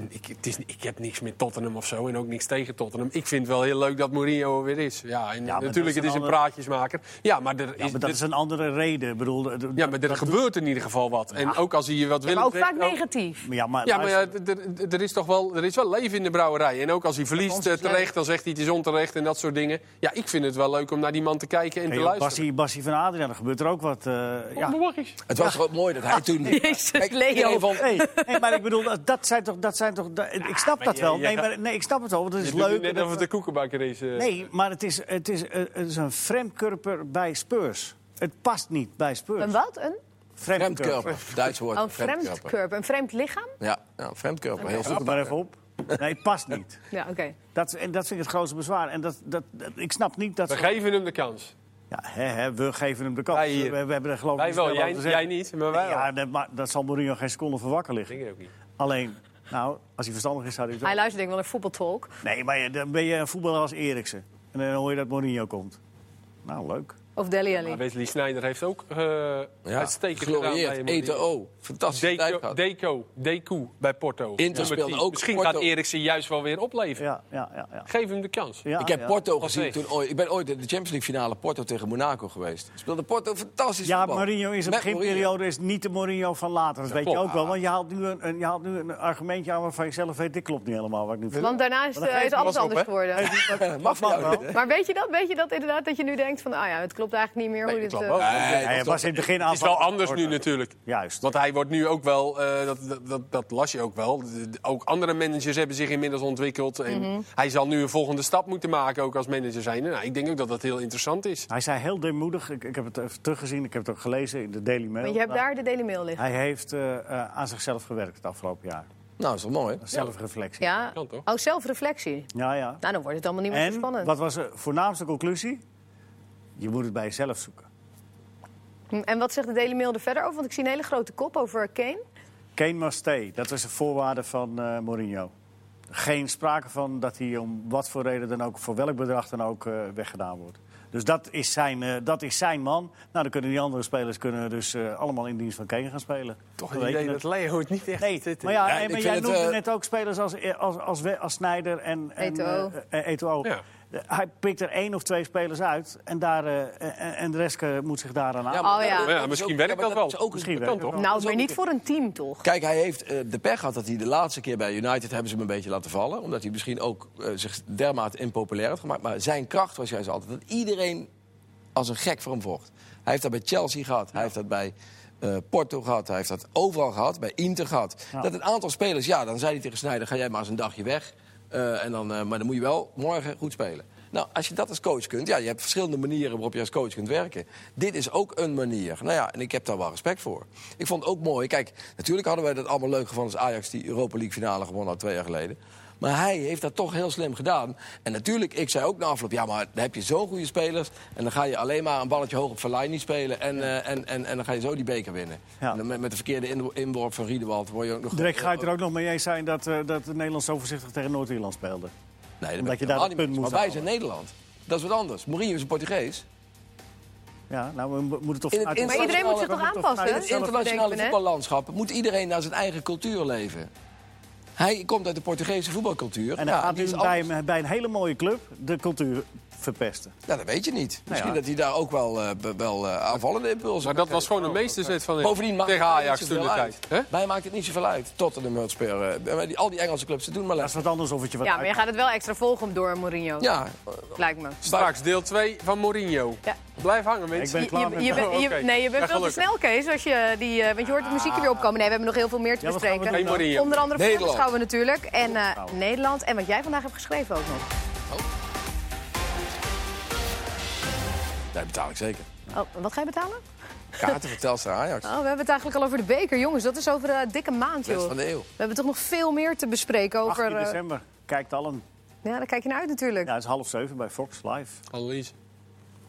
ik, het is, ik heb niks met Tottenham of zo en ook niks tegen Tottenham. Ik vind het wel heel leuk dat Mourinho er weer is. Ja, en
maar dat
natuurlijk,
is
het
een
is een
ander-
praatjesmaker. Ja, maar er,
Ja, maar
is,
dat
er-
is een andere reden. Ik bedoel, eh,
ja, maar er
dat-
gebeurt in ieder geval wat. En ook als hij je wat wil.
maar ook
trekt,
vaak negatief.
Ja, maar,
Ja, maar ja, d- d- d- er, is toch wel, er is wel leven in de brouwerij. En ook als hij verliest
ons is
eh, terecht, dan zegt hij het is onterecht en dat soort dingen. Ja, ik vind het wel leuk om naar die man te kijken en te
Hey,
luisteren.
Bassie, Bassie van Adriaan, er gebeurt er ook wat. eh, ja.
het was toch ook mooi
[LAUGHS]
dat hij toen...
Jezus, Leo.
iedereen vond-
Nee, nee, maar ik bedoel, dat- dat zijn toch... Dat zijn toch dat- ik snap dat
je-
wel.
je
Nee,
gaat-
maar, nee, ik snap het wel, want het is
Het is
leuk.
net
dat
of het
we-
een koekenbakker is. eh.
Nee, maar het is, het, is, eh, het is een fremdkurper bij Spurs. Het past niet bij Spurs.
Een wat? Een,
Fremdkörper, Duits woord.
oh, een
Fremdkörper.
vreemdkurp, een vreemd lichaam?
Ja, ja fremdkörper. Heel
Zoek
goed.
het maar even op. Nee, het past niet.
Ja, oké.
Dat, en dat vind ik het grootste bezwaar. En dat, dat, dat- ik snap niet dat
We
ze...
geven hem de kans.
Ja, hè, hè, we geven hem de kans.
Wij
We,
hier.
we hebben er geloof ik
Wij
niet
wel,
veel
jij,
over te zeggen.
jij niet, maar wij
Ja,
wel.
dat, maar, dat zal Mourinho geen seconde voor wakker liggen.
Ik denk het ook niet.
Alleen, nou, als hij verstandig is, zou hij het
Hij
wel.
luistert denk ik wel naar voetbaltalk.
Nee, maar je- dan ben je een voetballer als Eriksen. En dan hoor je dat Mourinho komt. Nou, leuk.
Of Deli Ali.
Maar Wesley Sneijder heeft ook eh
Ja,
uitstekend gedaan
glorieerd.
bij Mourinho.
ETO. Fantastische tijd
Deco,
gehad.
Deco, Deco bij Porto.
Inter
Nummer
speelde
10.
ook
Misschien
Porto.
gaat Eriksen juist wel weer opleveren.
Ja, ja, ja. ja.
Geef hem de kans.
ja
ik heb
ja.
Porto gezien
Alsjeblieft.
toen ooit. Ik ben ooit in de Champions League finale Porto tegen Monaco geweest. Speelde Porto fantastisch
Ja,
voetbal.
Mourinho is een
Met Mourinho. [LAUGHS]
beginperiode is niet de Mourinho van later. Dat weet je
klopt.
ook wel. Want je haalt nu een, een- je haalt nu een argumentje aan waarvan je zelf weet... dit klopt niet helemaal wat ik nu vertel.
Want daarna is,
Maar dat
eh, is
geeft-
alles
was op,
anders
hè?
geworden.
Mag voor jou.
Maar weet je dat? Weet je dat inderdaad dat je nu denkt van, ah ja, het klopt klopt eigenlijk niet meer
Nee,
hoe dit...
dat
eh,
klopt wel.
Nee,
Hij
dat-
was in het begin
Het is wel anders nu
Orta.
natuurlijk.
Juist.
Want hij wordt nu ook wel, eh, dat, dat, dat, dat las je ook wel. De- de- Ook andere managers hebben zich inmiddels ontwikkeld. En
Mhm.
Hij zal nu een volgende stap moeten maken, ook als manager zijn. Nou, ik denk ook dat dat heel interessant is.
Hij zei heel deemoedig, ik, ik heb het even teruggezien, ik heb het ook gelezen in de Daily Mail. Nou,
Want je hebt daar de Daily Mail liggen.
Hij heeft eh, eh, aan zichzelf gewerkt het afgelopen jaar.
Nou, dat is toch mooi? hè?
Zelfreflectie.
Ja,
kan toch?
oh, zelfreflectie.
Ja, ja.
Nou, dan wordt het allemaal niet meer zo
En
spannend.
wat was de voornaamste conclusie? Je moet het bij jezelf zoeken.
Hm, En wat zegt de Daily Mail er verder over? Want ik zie een hele grote kop over Kane.
Kane must stay, dat was een voorwaarde van eh, Mourinho. Geen sprake van dat hij om wat voor reden dan ook, voor welk bedrag dan ook, eh, weggedaan wordt. Dus dat is, zijn, eh, dat is zijn man. Nou, dan kunnen die andere spelers kunnen dus eh, allemaal in dienst van Kane gaan spelen.
Toch
Dan
een
weet
idee
je het.
dat Leo het niet echt eh,
Nee,
zit.
maar ja,
Ja,
en-
ik
maar
vind
jij
het,
noemde
eh,
net ook spelers als, als, als, We- als Snijder en, en
Eto'o.
eh, eh, Eto'o.
Ja.
Eh, Hij pikt er één of twee spelers uit en, daar, eh, en, en de rest eh, moet zich daaraan aan.
Oh, ja.
Ja, misschien
is ook-
werkt
maar
dat wel.
is ook een-
Misschien
dat
werkt
kan
het
toch?
Nou, maar niet voor een team, toch?
Kijk, hij heeft eh, de pech gehad dat hij de laatste keer bij United hebben ze hem een beetje laten vallen. Omdat hij misschien ook eh, zich dermate impopulair had gemaakt. Maar zijn kracht was juist altijd dat iedereen als een gek voor hem vocht. Hij heeft dat bij Chelsea gehad, hij heeft dat bij eh, Porto gehad, hij heeft dat overal gehad, bij Inter gehad. Dat een aantal spelers, ja, dan zei hij tegen Sneijder, ga jij maar eens een dagje weg. Eh, en dan, eh, maar dan moet je wel morgen goed spelen. Nou, als je dat als coach kunt, ja, je hebt verschillende manieren waarop je als coach kunt werken. Dit is ook een manier. Nou ja, en ik heb daar wel respect voor. Ik vond het ook mooi. Kijk, natuurlijk hadden wij dat allemaal leuk gevonden als Ajax die Europa League finale gewonnen had twee jaar geleden. Maar hij heeft dat toch heel slim gedaan. En natuurlijk, ik zei ook na afloop... ja, maar dan heb je zo'n goede spelers... en dan ga je alleen maar een balletje hoog op Verlaine spelen... en, eh, en, en, en dan ga je zo die beker winnen.
Ja.
En dan met, met de verkeerde in- inworp van Riedewald word je ook nog...
Drek, ga je het er ook nog mee eens zijn dat, eh, dat Nederland zo voorzichtig tegen Noord-Ierland speelde?
Nee, dat
Omdat je
helemaal
daar
niet
het punt
mee eens.
moet
Maar wij
halen.
zijn Nederland. Dat is wat anders. Mourinho is een Portugees.
Ja, nou, we mo- moeten toch
In het
vanuit-
in-
Maar iedereen moet zich toch
In
aanpassen?
het
zelf
internationale
bedenken, hè?
voetballandschap moet iedereen naar zijn eigen cultuur leven. Hij komt uit de Portugese voetbalcultuur.
En dan
Ja,
gaat
die
hij
is
bij,
anders.
een- bij een hele mooie club de cultuur verpesten.
Nou, dat weet je niet. Misschien
ja.
dat hij daar ook wel, eh, be- wel eh, aanvallende impulsen
Maar dat was gewoon een meesterzet van hem
Bovendien maakt
tegen
het
Ajax
niet
toen de
zoveel
tijd.
uit.
Hè?
Mij maakt het niet zoveel uit. Tottenham Hotspur. eh, maar die- al die Engelse clubs, ze doen maar
Dat is
les.
wat anders of het je wat
Ja, maar je
uit-
gaat het wel extra volgen door Mourinho,
Ja,
lijkt me.
Straks deel 2 van Mourinho.
Ja.
Blijf hangen, mensen.
Ik ben
Je-
klaar
je,
met Oh,
je,
jou. [LAUGHS]
bent- je-
Oké.
nee, je bent
Ja,
veel te
gelukkig.
snel, Kees. Als je die, eh, want je hoort het muziekje weer opkomen. Nee, we hebben nog heel veel meer te
Ja, wat gaan we
bespreken.
Hey, Mourinho.
Onder andere
Nederland.
voetbalschouwen natuurlijk. En eh,
Voetbalschouwen.
Nederland. En wat jij vandaag hebt geschreven ook nog.
daar betaal ik zeker.
Oh, wat ga je betalen?
Kaarten voor Telstra Ajax.
Oh, we hebben het eigenlijk al over de beker. Jongens, dat is over een dikke maand,
Best
joh.
van de eeuw.
We hebben toch nog veel meer te bespreken
18
over... eh,
december. Kijkt allen.
ja, daar kijk je naar uit natuurlijk.
Ja, het is half zeven bij Fox Live.
Dus
Annelies.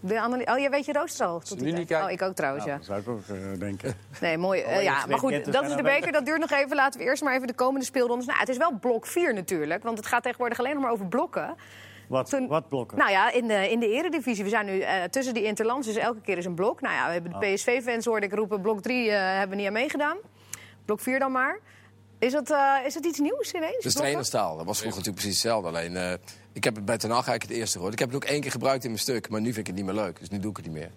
De analy- oh, jij weet je rooster al? tot die
nu niet
tijd.
kijkt-
Oh, ik ook trouwens,
Nou,
ja.
dat zou ik ook eh,
[LAUGHS]
denken.
Nee, mooi. Eh, ja,
twee
maar goed,
ketters
dat
en
is de
dan
beker. Dat duurt nog even. Laten we eerst maar even de komende speelrondes... Nou, het is wel blok 4 natuurlijk. Want het gaat tegenwoordig alleen nog maar over blokken.
Wat,
Toen-
wat blokken?
Nou ja, in de, in de eredivisie. We zijn nu eh, tussen die interlands, dus elke keer is een blok. Nou ja, we hebben
Ah.
de PSV-fans, hoorde ik roepen, blok 3 hebben we niet aan meegedaan. Blok 4 dan maar. Is dat, eh, is dat iets nieuws ineens?
Dus
Blokken?
trainerstaal, dat was vroeger natuurlijk precies hetzelfde. Alleen, eh, ik heb het bij Ten Hag eigenlijk het eerste gehoord. Ik heb het ook één keer gebruikt in mijn stuk, maar nu vind ik het niet meer leuk. Dus nu doe ik het niet meer.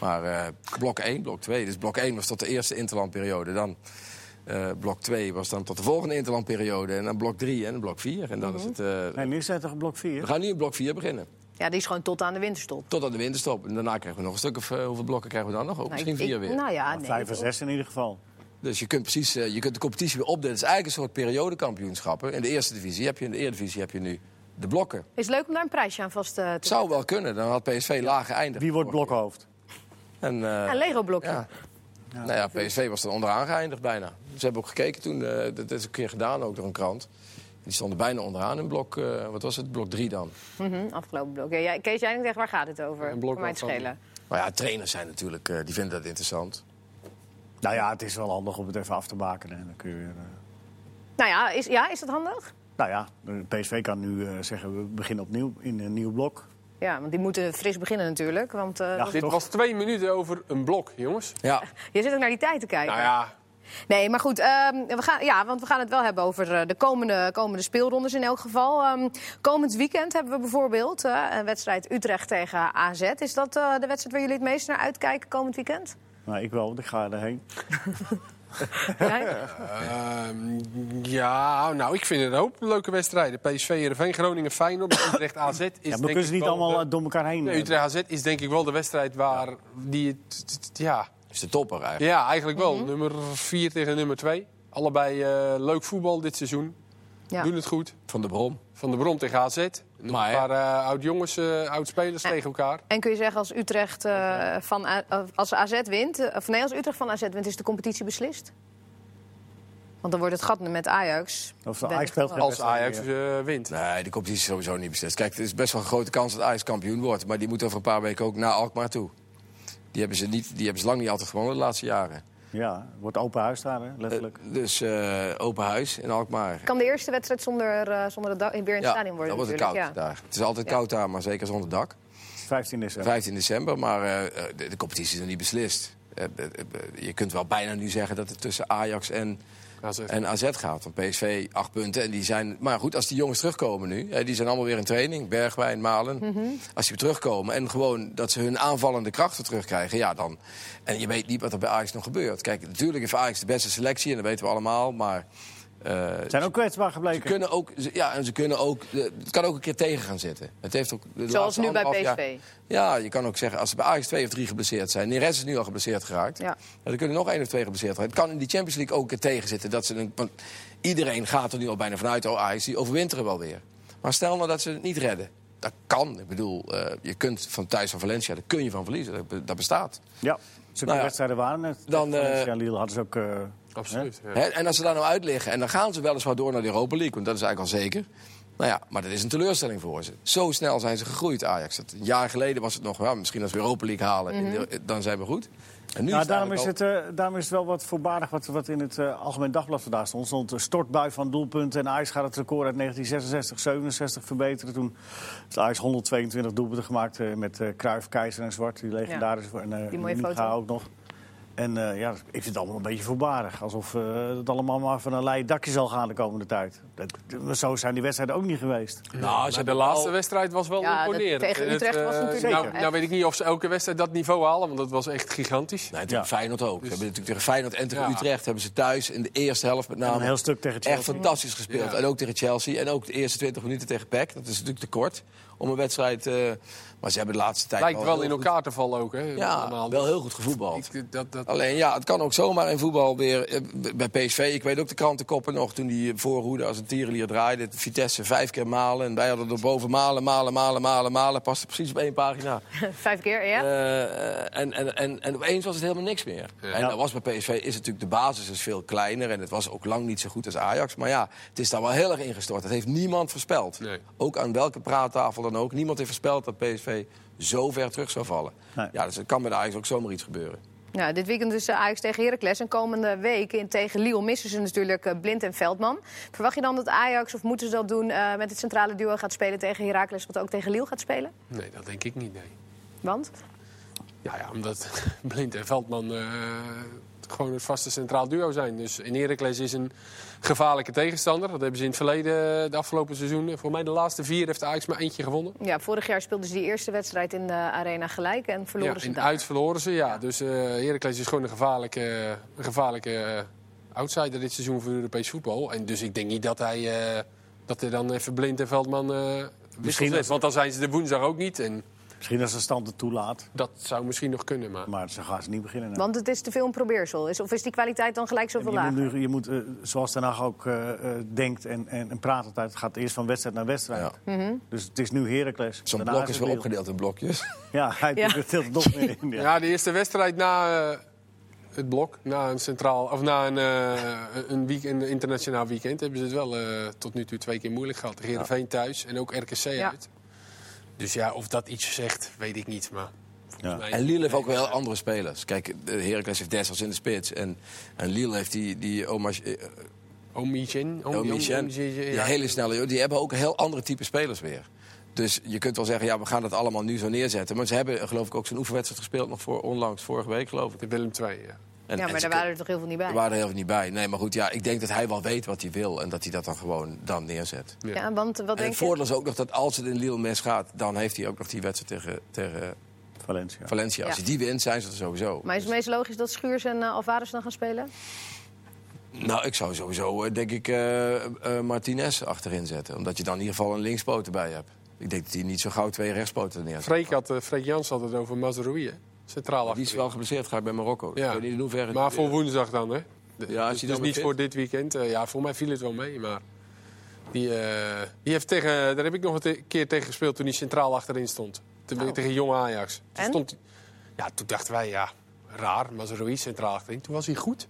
Maar eh, blok 1, blok 2. Dus blok 1 was tot de eerste interlandperiode. Dan eh, blok 2 was dan tot de volgende interlandperiode. En dan blok 3 en dan blok 4. En dan is het... eh,
Nee, nu is het toch blok vier?
we gaan nu in blok 4 beginnen.
Ja, die is gewoon tot aan de winterstop. Nou,
Tot aan de winterstop. En daarna krijgen we nog een stuk of eh, hoeveel blokken krijgen we dan nog? Ook
Nou,
misschien
ik-
vier
ik-
weer.
Nou ja, nee.
Vijf en zes in ieder geval.
Dus je kunt, precies, eh, je kunt de competitie weer opdelen. Het is eigenlijk een soort periodekampioenschappen. In de eerste divisie heb je, in de eredivisie heb je nu de blokken.
Is het leuk om daar een prijsje aan vast eh, te
Zou wel kunnen, dan had PSV lage eindigen.
Wie wordt blokhoofd?
En, eh,
Een Lego-blokje.
ja. Nou ja, PSV was dan onderaan geëindigd bijna. Ze hebben ook gekeken toen, eh, dat is een keer gedaan ook door een krant. Die stonden bijna onderaan in blok, eh, wat was het, blok 3 dan.
Mhm, afgelopen blok. Ja, ja, Kees, jij denkt echt, waar gaat het over?
Een blok
Voor mij te
waarvan-
schelen.
Maar ja, trainers zijn natuurlijk, eh, die vinden dat interessant.
Nou ja, het is wel handig om het even af te bakenen. En dan kun je weer, eh,
Nou ja is, ja, is dat handig?
Nou ja, de PSV kan nu eh, zeggen, we beginnen opnieuw in een nieuw blok.
Ja, want die moeten fris beginnen natuurlijk. Want eh,
Ja.
Dit
Toch?
was twee minuten over een blok, jongens.
Ja,
[LAUGHS] je zit ook naar die tijd te kijken.
Nou ja,
Nee, maar goed, ehm, we gaan, ja, want we gaan het wel hebben over eh, de komende, komende speelrondes in elk geval. Ehm, komend weekend hebben we bijvoorbeeld eh, een wedstrijd Utrecht tegen AZ. Is dat eh, de wedstrijd waar jullie het meest naar uitkijken komend weekend?
Nou, ik wel, want ik ga erheen.
Jij?
Ehm, ja, nou, ik vind het een hoop leuke wedstrijden. PSV, Heerenveen, Groningen, [COUGHS] Feyenoord, Utrecht, AZ. Is
Ja, maar
denk
kunnen ze
ik
niet
wel
allemaal
de-
eh, door elkaar heen?
Nee,
eh,
Utrecht, AZ is denk ik wel de wedstrijd waar die het... t- t- Ja,
Is de topper eigenlijk.
ja eigenlijk wel. Nummer 4 tegen nummer 2. Allebei eh, leuk voetbal dit seizoen.
Ja.
[LAUGHS] Doen het goed.
Van de Brom.
Van de Bron tegen AZ. Nog
Maar,
een paar eh, oud-jongens, eh, oud-spelers tegen elkaar.
En kun je zeggen, als Utrecht eh, van A- eh, als AZ wint, eh, of nee, als Utrecht van AZ wint, is de competitie beslist? Want dan wordt het gat met Ajax.
Of de
Ben
Ajax
ik
speelt
wel.
geen
Als Ajax
wedstrijden
eh, wint.
Nee, die competitie is sowieso niet beslist. Kijk, het is best wel een grote kans dat Ajax kampioen wordt. Maar die moet over een paar weken ook naar Alkmaar toe. Die hebben ze, niet, die hebben ze lang niet altijd gewonnen de laatste jaren.
meer. Ja, het wordt open huis daar, hè, letterlijk.
Eh, dus eh, open huis in Alkmaar.
Kan de eerste wedstrijd zonder, eh, zonder het dak- weer in het stadion worden?
dan wordt het koud
natuurlijk, ja.
daar. Het is altijd koud daar, maar zeker zonder dak.
15 is er.
15 december, maar eh, eh, de, de competitie is nog niet beslist. Eh, eh, eh, je kunt wel bijna nu zeggen dat het tussen Ajax en
AZ.
En AZ gaat. Want PSV acht punten. En die zijn, maar goed, als die jongens terugkomen nu... Hè, die zijn allemaal weer in training, Bergwijn, Malen. Als die terugkomen en gewoon dat ze hun aanvallende krachten terugkrijgen... ja, dan... En je weet niet wat er bij Ajax nog gebeurt. Kijk, natuurlijk heeft Ajax de beste selectie, en dat weten we allemaal. Maar eh,
Ze zijn ook kwetsbaar gebleken.
ze kunnen ook... ze- Ja, en ze kunnen ook... eh, Het kan ook een keer tegen gaan zitten. Het heeft ook de
Zoals
laatste
nu bij
anderhalf
PSV.
ja, je kan ook zeggen, als er bij Ajax twee of drie geblesseerd zijn... Neres is nu al geblesseerd geraakt.
Ja.
Ja. Dan kunnen nog één of twee geblesseerd raken. Het kan in die Champions League ook een keer tegen zitten. Dat ze een, want iedereen gaat er nu al bijna vanuit, oh Ajax, die overwinteren wel weer. Maar stel nou dat ze het niet redden. Dat kan. Ik bedoel, eh, je kunt van thuis van Valencia, daar kun je van verliezen. Dat, be- dat bestaat.
Ja, zulke
Nou ja,
wedstrijden waren het.
dan, eh,
ja, Lille hadden ze ook... eh,
Absoluut. ja.
Hè, en als ze daar nou uit liggen, en dan gaan ze weliswaar door naar de Europa League, want dat is eigenlijk al zeker. Nou ja, maar dat is een teleurstelling voor ze. Zo snel zijn ze gegroeid, Ajax. Dat- Een jaar geleden was het nog, ja, misschien als we Europa League halen,
Mhm.
in de- dan zijn we goed. En nu
Nou,
is het
daarom,
eigenlijk
is
al-
het, eh, daarom is het wel wat voorbarig wat, wat in het eh, Algemeen Dagblad vandaag stond. stond een stortbui van doelpunten en Ajax gaat het record uit 1966, 67 verbeteren. Toen heeft Ajax 122 doelpunten gemaakt eh, met eh Cruijff, Keizer en Zwart. Die legendarische en eh,
Die mooie
Nuga
foto.
ook nog. En eh, ja, ik vind het allemaal een beetje voorbarig. Alsof eh, het allemaal maar van een leien dakje zal gaan de komende tijd. Dat, maar zo zijn die wedstrijden ook niet geweest.
Nou,
Maar de laatste wedstrijd was wel
Ja, dat-
imponerend.
tegen
Het,
Utrecht was
eh,
natuurlijk
Zeker.
nou, nou weet ik niet of ze elke wedstrijd dat niveau halen, want dat was echt gigantisch.
Nee, tegen
Ja.
Feyenoord ook. Ze hebben natuurlijk tegen Feyenoord en tegen
Ja.
Utrecht hebben ze thuis in de eerste helft met name
een heel stuk tegen
echt
Chelsea.
fantastisch gespeeld.
Ja.
En ook tegen Chelsea en ook de eerste 20 minuten tegen PEC. Dat is natuurlijk te kort om een wedstrijd. eh, maar ze hebben de laatste tijd
Lijkt wel
heel
in
goed-
elkaar te vallen ook. Hè,
Ja,
allemaal.
wel heel goed Oh. gevoetbald.
Ik- eh, dat, dat,
Alleen ja, het kan ook zomaar in voetbal weer. eh, b- Bij PSV, ik weet ook de krantenkoppen nog toen die voorhoede als een tierenlier draaide. Vitesse vijf keer malen. En wij hadden er boven malen, malen, malen, malen, malen. Paste precies op één pagina.
Vijf keer, ja.
Eh, en, en, en, en opeens was het helemaal niks meer. En dat was bij PSV is natuurlijk de basis is veel kleiner. En het was ook lang niet zo goed als Ajax. Maar ja, het is daar wel heel erg ingestort. Dat heeft niemand voorspeld.
Nee.
Ook aan welke praattafel dan ook. Niemand heeft voorspeld dat PSV zo ver terug zou vallen.
Nee.
Ja, dus er kan bij de Ajax ook zomaar iets gebeuren.
Ja, dit weekend dus eh, Ajax tegen Heracles. En komende week in tegen Lille missen ze natuurlijk eh, Blind en Veldman. Verwacht je dan dat Ajax, of moeten ze dat doen, eh, met het centrale duo gaat spelen tegen Heracles... wat ook tegen Lille gaat spelen?
nee, dat denk ik niet. Nee.
Want?
Ja, ja, omdat [LAUGHS] Blind en Veldman eh, gewoon het vaste centraal duo zijn. Dus in Heracles is een gevaarlijke tegenstander. Dat hebben ze in het verleden, eh, de afgelopen seizoenen. Voor mij de laatste vier heeft Ajax maar eentje gewonnen.
Ja, vorig jaar speelden ze die eerste wedstrijd in de Arena gelijk en verloren
ja,
ze
in
daar.
uit verloren ze, ja. Dus eh Heracles is gewoon een gevaarlijke, een gevaarlijke eh, outsider dit seizoen voor Europees voetbal. En dus ik denk niet dat hij eh, dat er dan even Blind en Veldman eh
Misschien
misschien is.
als-
Want dan zijn ze de woensdag ook niet. En
Misschien als de stand het toelaat,
dat zou misschien nog kunnen, maar...
maar ze gaan ze niet beginnen. nou.
Want het is te veel een probeersel. Is, of is die kwaliteit dan gelijk zoveel
Je moet,
lager?
nu, je moet eh, zoals Den Haag ook eh, eh, denkt en, en, en praat altijd, het gaat eerst van wedstrijd naar wedstrijd.
Mhm.
Dus het is nu Heracles.
Zo'n
daarna
blok is
het
wel
Lille.
opgedeeld in blokjes.
Ja, hij
[LAUGHS] Ja.
doet het heel nog meer in.
Ja.
Ja.
de eerste wedstrijd na eh, het blok, na een centraal of na een, eh, een, week, een internationaal weekend, hebben ze het wel eh, tot nu toe twee keer moeilijk gehad. Tegen Heerenveen thuis en ook RKC
Ja.
uit. Dus ja, of dat iets zegt, weet ik niet. Maar
Ja.
volgens mij-
En Lille heeft ook wel heel andere spelers. Kijk, eh, Heracles heeft Dessers in de spits. En, en Lille heeft die, die Omash, eh,
Omichin, Om-
Omichen,
Om- Omichin,
die
ja.
hele snelle, joh, die hebben ook een heel andere type spelers weer. Dus je kunt wel zeggen, ja, we gaan het allemaal nu zo neerzetten. Maar ze hebben, eh, geloof ik, ook zo'n oefenwedstrijd gespeeld nog voor onlangs, vorige week, geloof ik.
De Willem II, ja.
En,
ja,
en
maar
ze
daar waren er toch heel veel niet bij.
kun- er waren er heel veel niet bij. Nee, maar goed, ja, ik denk dat hij wel weet wat hij wil en dat hij dat dan gewoon dan neerzet.
Ja.
Ja, want wat
en
denk
het
je?
voordeel is ook nog dat als het in Lille misgaat, dan heeft hij ook nog die wedstrijd tegen, tegen
Valencia.
Valencia. Als
Ja.
hij die wint, zijn ze er sowieso.
Maar is het meest logisch dat Schuurs en eh, Alvarez dan gaan spelen?
Nou, ik zou sowieso, eh, denk ik, eh, eh, Martinez achterin zetten. Omdat je dan in ieder geval een linkspoot erbij hebt. Ik denk dat hij niet zo gauw twee rechtspoten neerzet.
Freek, had, eh, Freek Jans had het over Mazraoui, hè? centraal
Die is
achterin.
wel geblesseerd, ga ik bij Marokko.
Ja.
Ik weet niet in hoeverre...
Maar voor woensdag dan, hè? De-
Ja, als
dus
hij
dus
dan
niet
weer
voor dit weekend. Eh, ja, voor mij viel het wel mee, maar... Die, eh, die heeft tegen, daar heb ik nog een te- keer tegen gespeeld toen hij centraal achterin stond. Toen-
Nou.
Oh.
Tegen jonge Ajax. Toen
En?
stond hij- ja, toen dachten wij, ja, raar. Mazraoui centraal achterin. Toen was hij goed,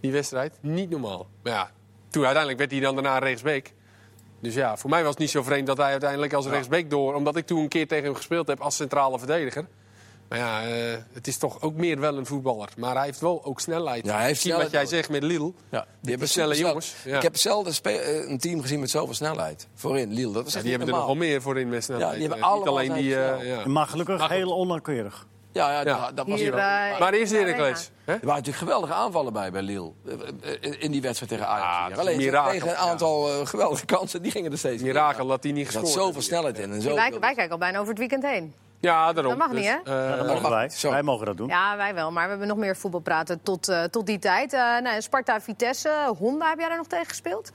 die wedstrijd. Niet normaal. Maar ja, toen uiteindelijk werd hij dan daarna rechtsbeek. Dus ja, voor mij was het niet zo vreemd dat hij uiteindelijk als rechtsbeek door... omdat ik toen een keer tegen hem gespeeld heb als centrale verdediger. Maar ja, eh, het is toch ook meer wel een voetballer. Maar hij heeft wel ook snelheid.
Ja, hij heeft
Ik zie
snelheid
wat jij
nodig.
zegt met Lille.
Ja, die hebben
snelle
supersnel-
jongens, ja.
Ik heb zelden spe- eh, een team gezien met zoveel snelheid. Voorin, Lille, dat was
Ja,
echt
die
niet
hebben er
normaal.
nogal meer voor in met snelheid.
Ja, die hebben
Eh, niet
allemaal
alleen die...
zijn
eh,
snel.
ja.
Maar gelukkig
Maar goed.
heel onaankleurig.
Ja, ja,
Ja.
dat- dat was
Hier,
wel-
eh,
Maar eerst Heracles. hè?
Er waren natuurlijk geweldige aanvallen bij, bij Lille. eh, eh, In die wedstrijd tegen
Ja,
Ajax.
Ah, het is
Alleen
een
ze
mirakel,
kregen een
ja.
aantal eh, geweldige kansen. Die gingen er steeds in.
Mirakel dat hij
Er
niet gescoord
zat zoveel
heeft.
snelheid in. En zo
Wij, wij kijken al bijna over het weekend heen.
Ja, daarom.
Dat mag niet, hè?
eh,
Ja, dat
mag-
mogen wij.
zo.
Wij mogen dat doen.
Ja, wij wel. Maar we hebben nog meer voetbal praten tot, eh, tot die tijd. Eh, nou, en Sparta, Vitesse, Honda, heb jij daar nog tegen gespeeld?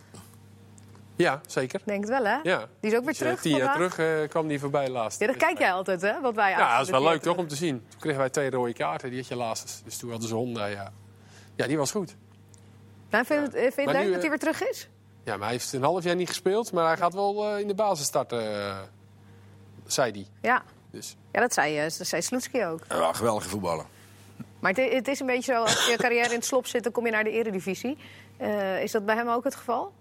ja, zeker.
Ik Denk het wel, hè?
Ja.
Die is ook weer
Dus, eh,
terug.
Tien jaar
vandaag.
terug eh, kwam die voorbij laatst.
Ja, dat kijk jij altijd, hè? Wat wij
Ja, dat is
uitzenden.
wel leuk toch om te zien. Toen kregen wij twee rode kaarten, die had je laatst. Dus toen hadden ze Honda, ja. Ja, die was goed.
Nou, vind je het, vind je het
Maar
leuk
nu,
dat hij
eh,
weer terug is?
Ja, maar hij heeft een half jaar niet gespeeld, maar hij gaat wel eh, in de basis starten, eh, zei hij.
Ja.
Dus.
Ja, dat zei, eh, dat zei Sloetski ook.
Ja, geweldige voetballer.
Maar het, het is een beetje zo, als je carrière in het slop zit, dan kom je naar de eredivisie. Eh, is dat bij hem ook het geval?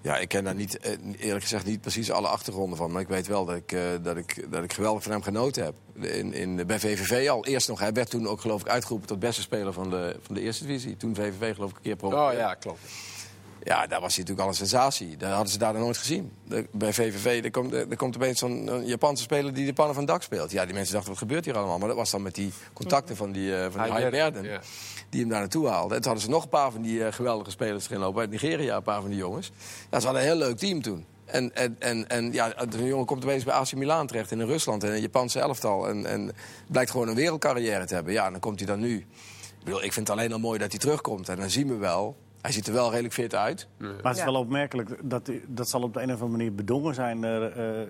Ja, ik ken daar niet, eh, eerlijk gezegd niet precies alle achtergronden van. Maar ik weet wel dat ik, eh, dat ik, dat ik geweldig van hem genoten heb. In, in, bij VVV al. Eerst nog. Hij werd toen ook geloof ik uitgeroepen tot beste speler van de, van de eerste divisie. Toen VVV geloof ik een keer
Oh
promoveerde.
ja, klopt.
Ja, daar was hij natuurlijk al een sensatie. Dat hadden ze daar dan nooit gezien. De- Bij VVV er komt, er komt opeens zo'n eh, Japanse speler die de pannen van het dak speelt. Ja, die mensen dachten, wat gebeurt hier allemaal? Maar dat was dan met die contacten van die, eh van die
Hij
Hij
werd-
Werden,
ja.
die hem daar naartoe haalden. En toen hadden ze nog een paar van die eh, geweldige spelers erin lopen. Uit Nigeria, een paar van die jongens. Ja, ze hadden een heel leuk team toen. En, en, en, en ja, een jongen komt opeens bij AC Milan terecht in Rusland. En een Japanse elftal. En, en blijkt gewoon een wereldcarrière te hebben. Ja, en dan komt hij dan nu. Ik, bedoel, ik vind het alleen al mooi dat hij terugkomt. En dan zien we wel... Hij ziet er wel redelijk fit uit.
Maar het is wel opmerkelijk, dat, hij- dat zal op de een of andere manier bedongen zijn... eh, eh,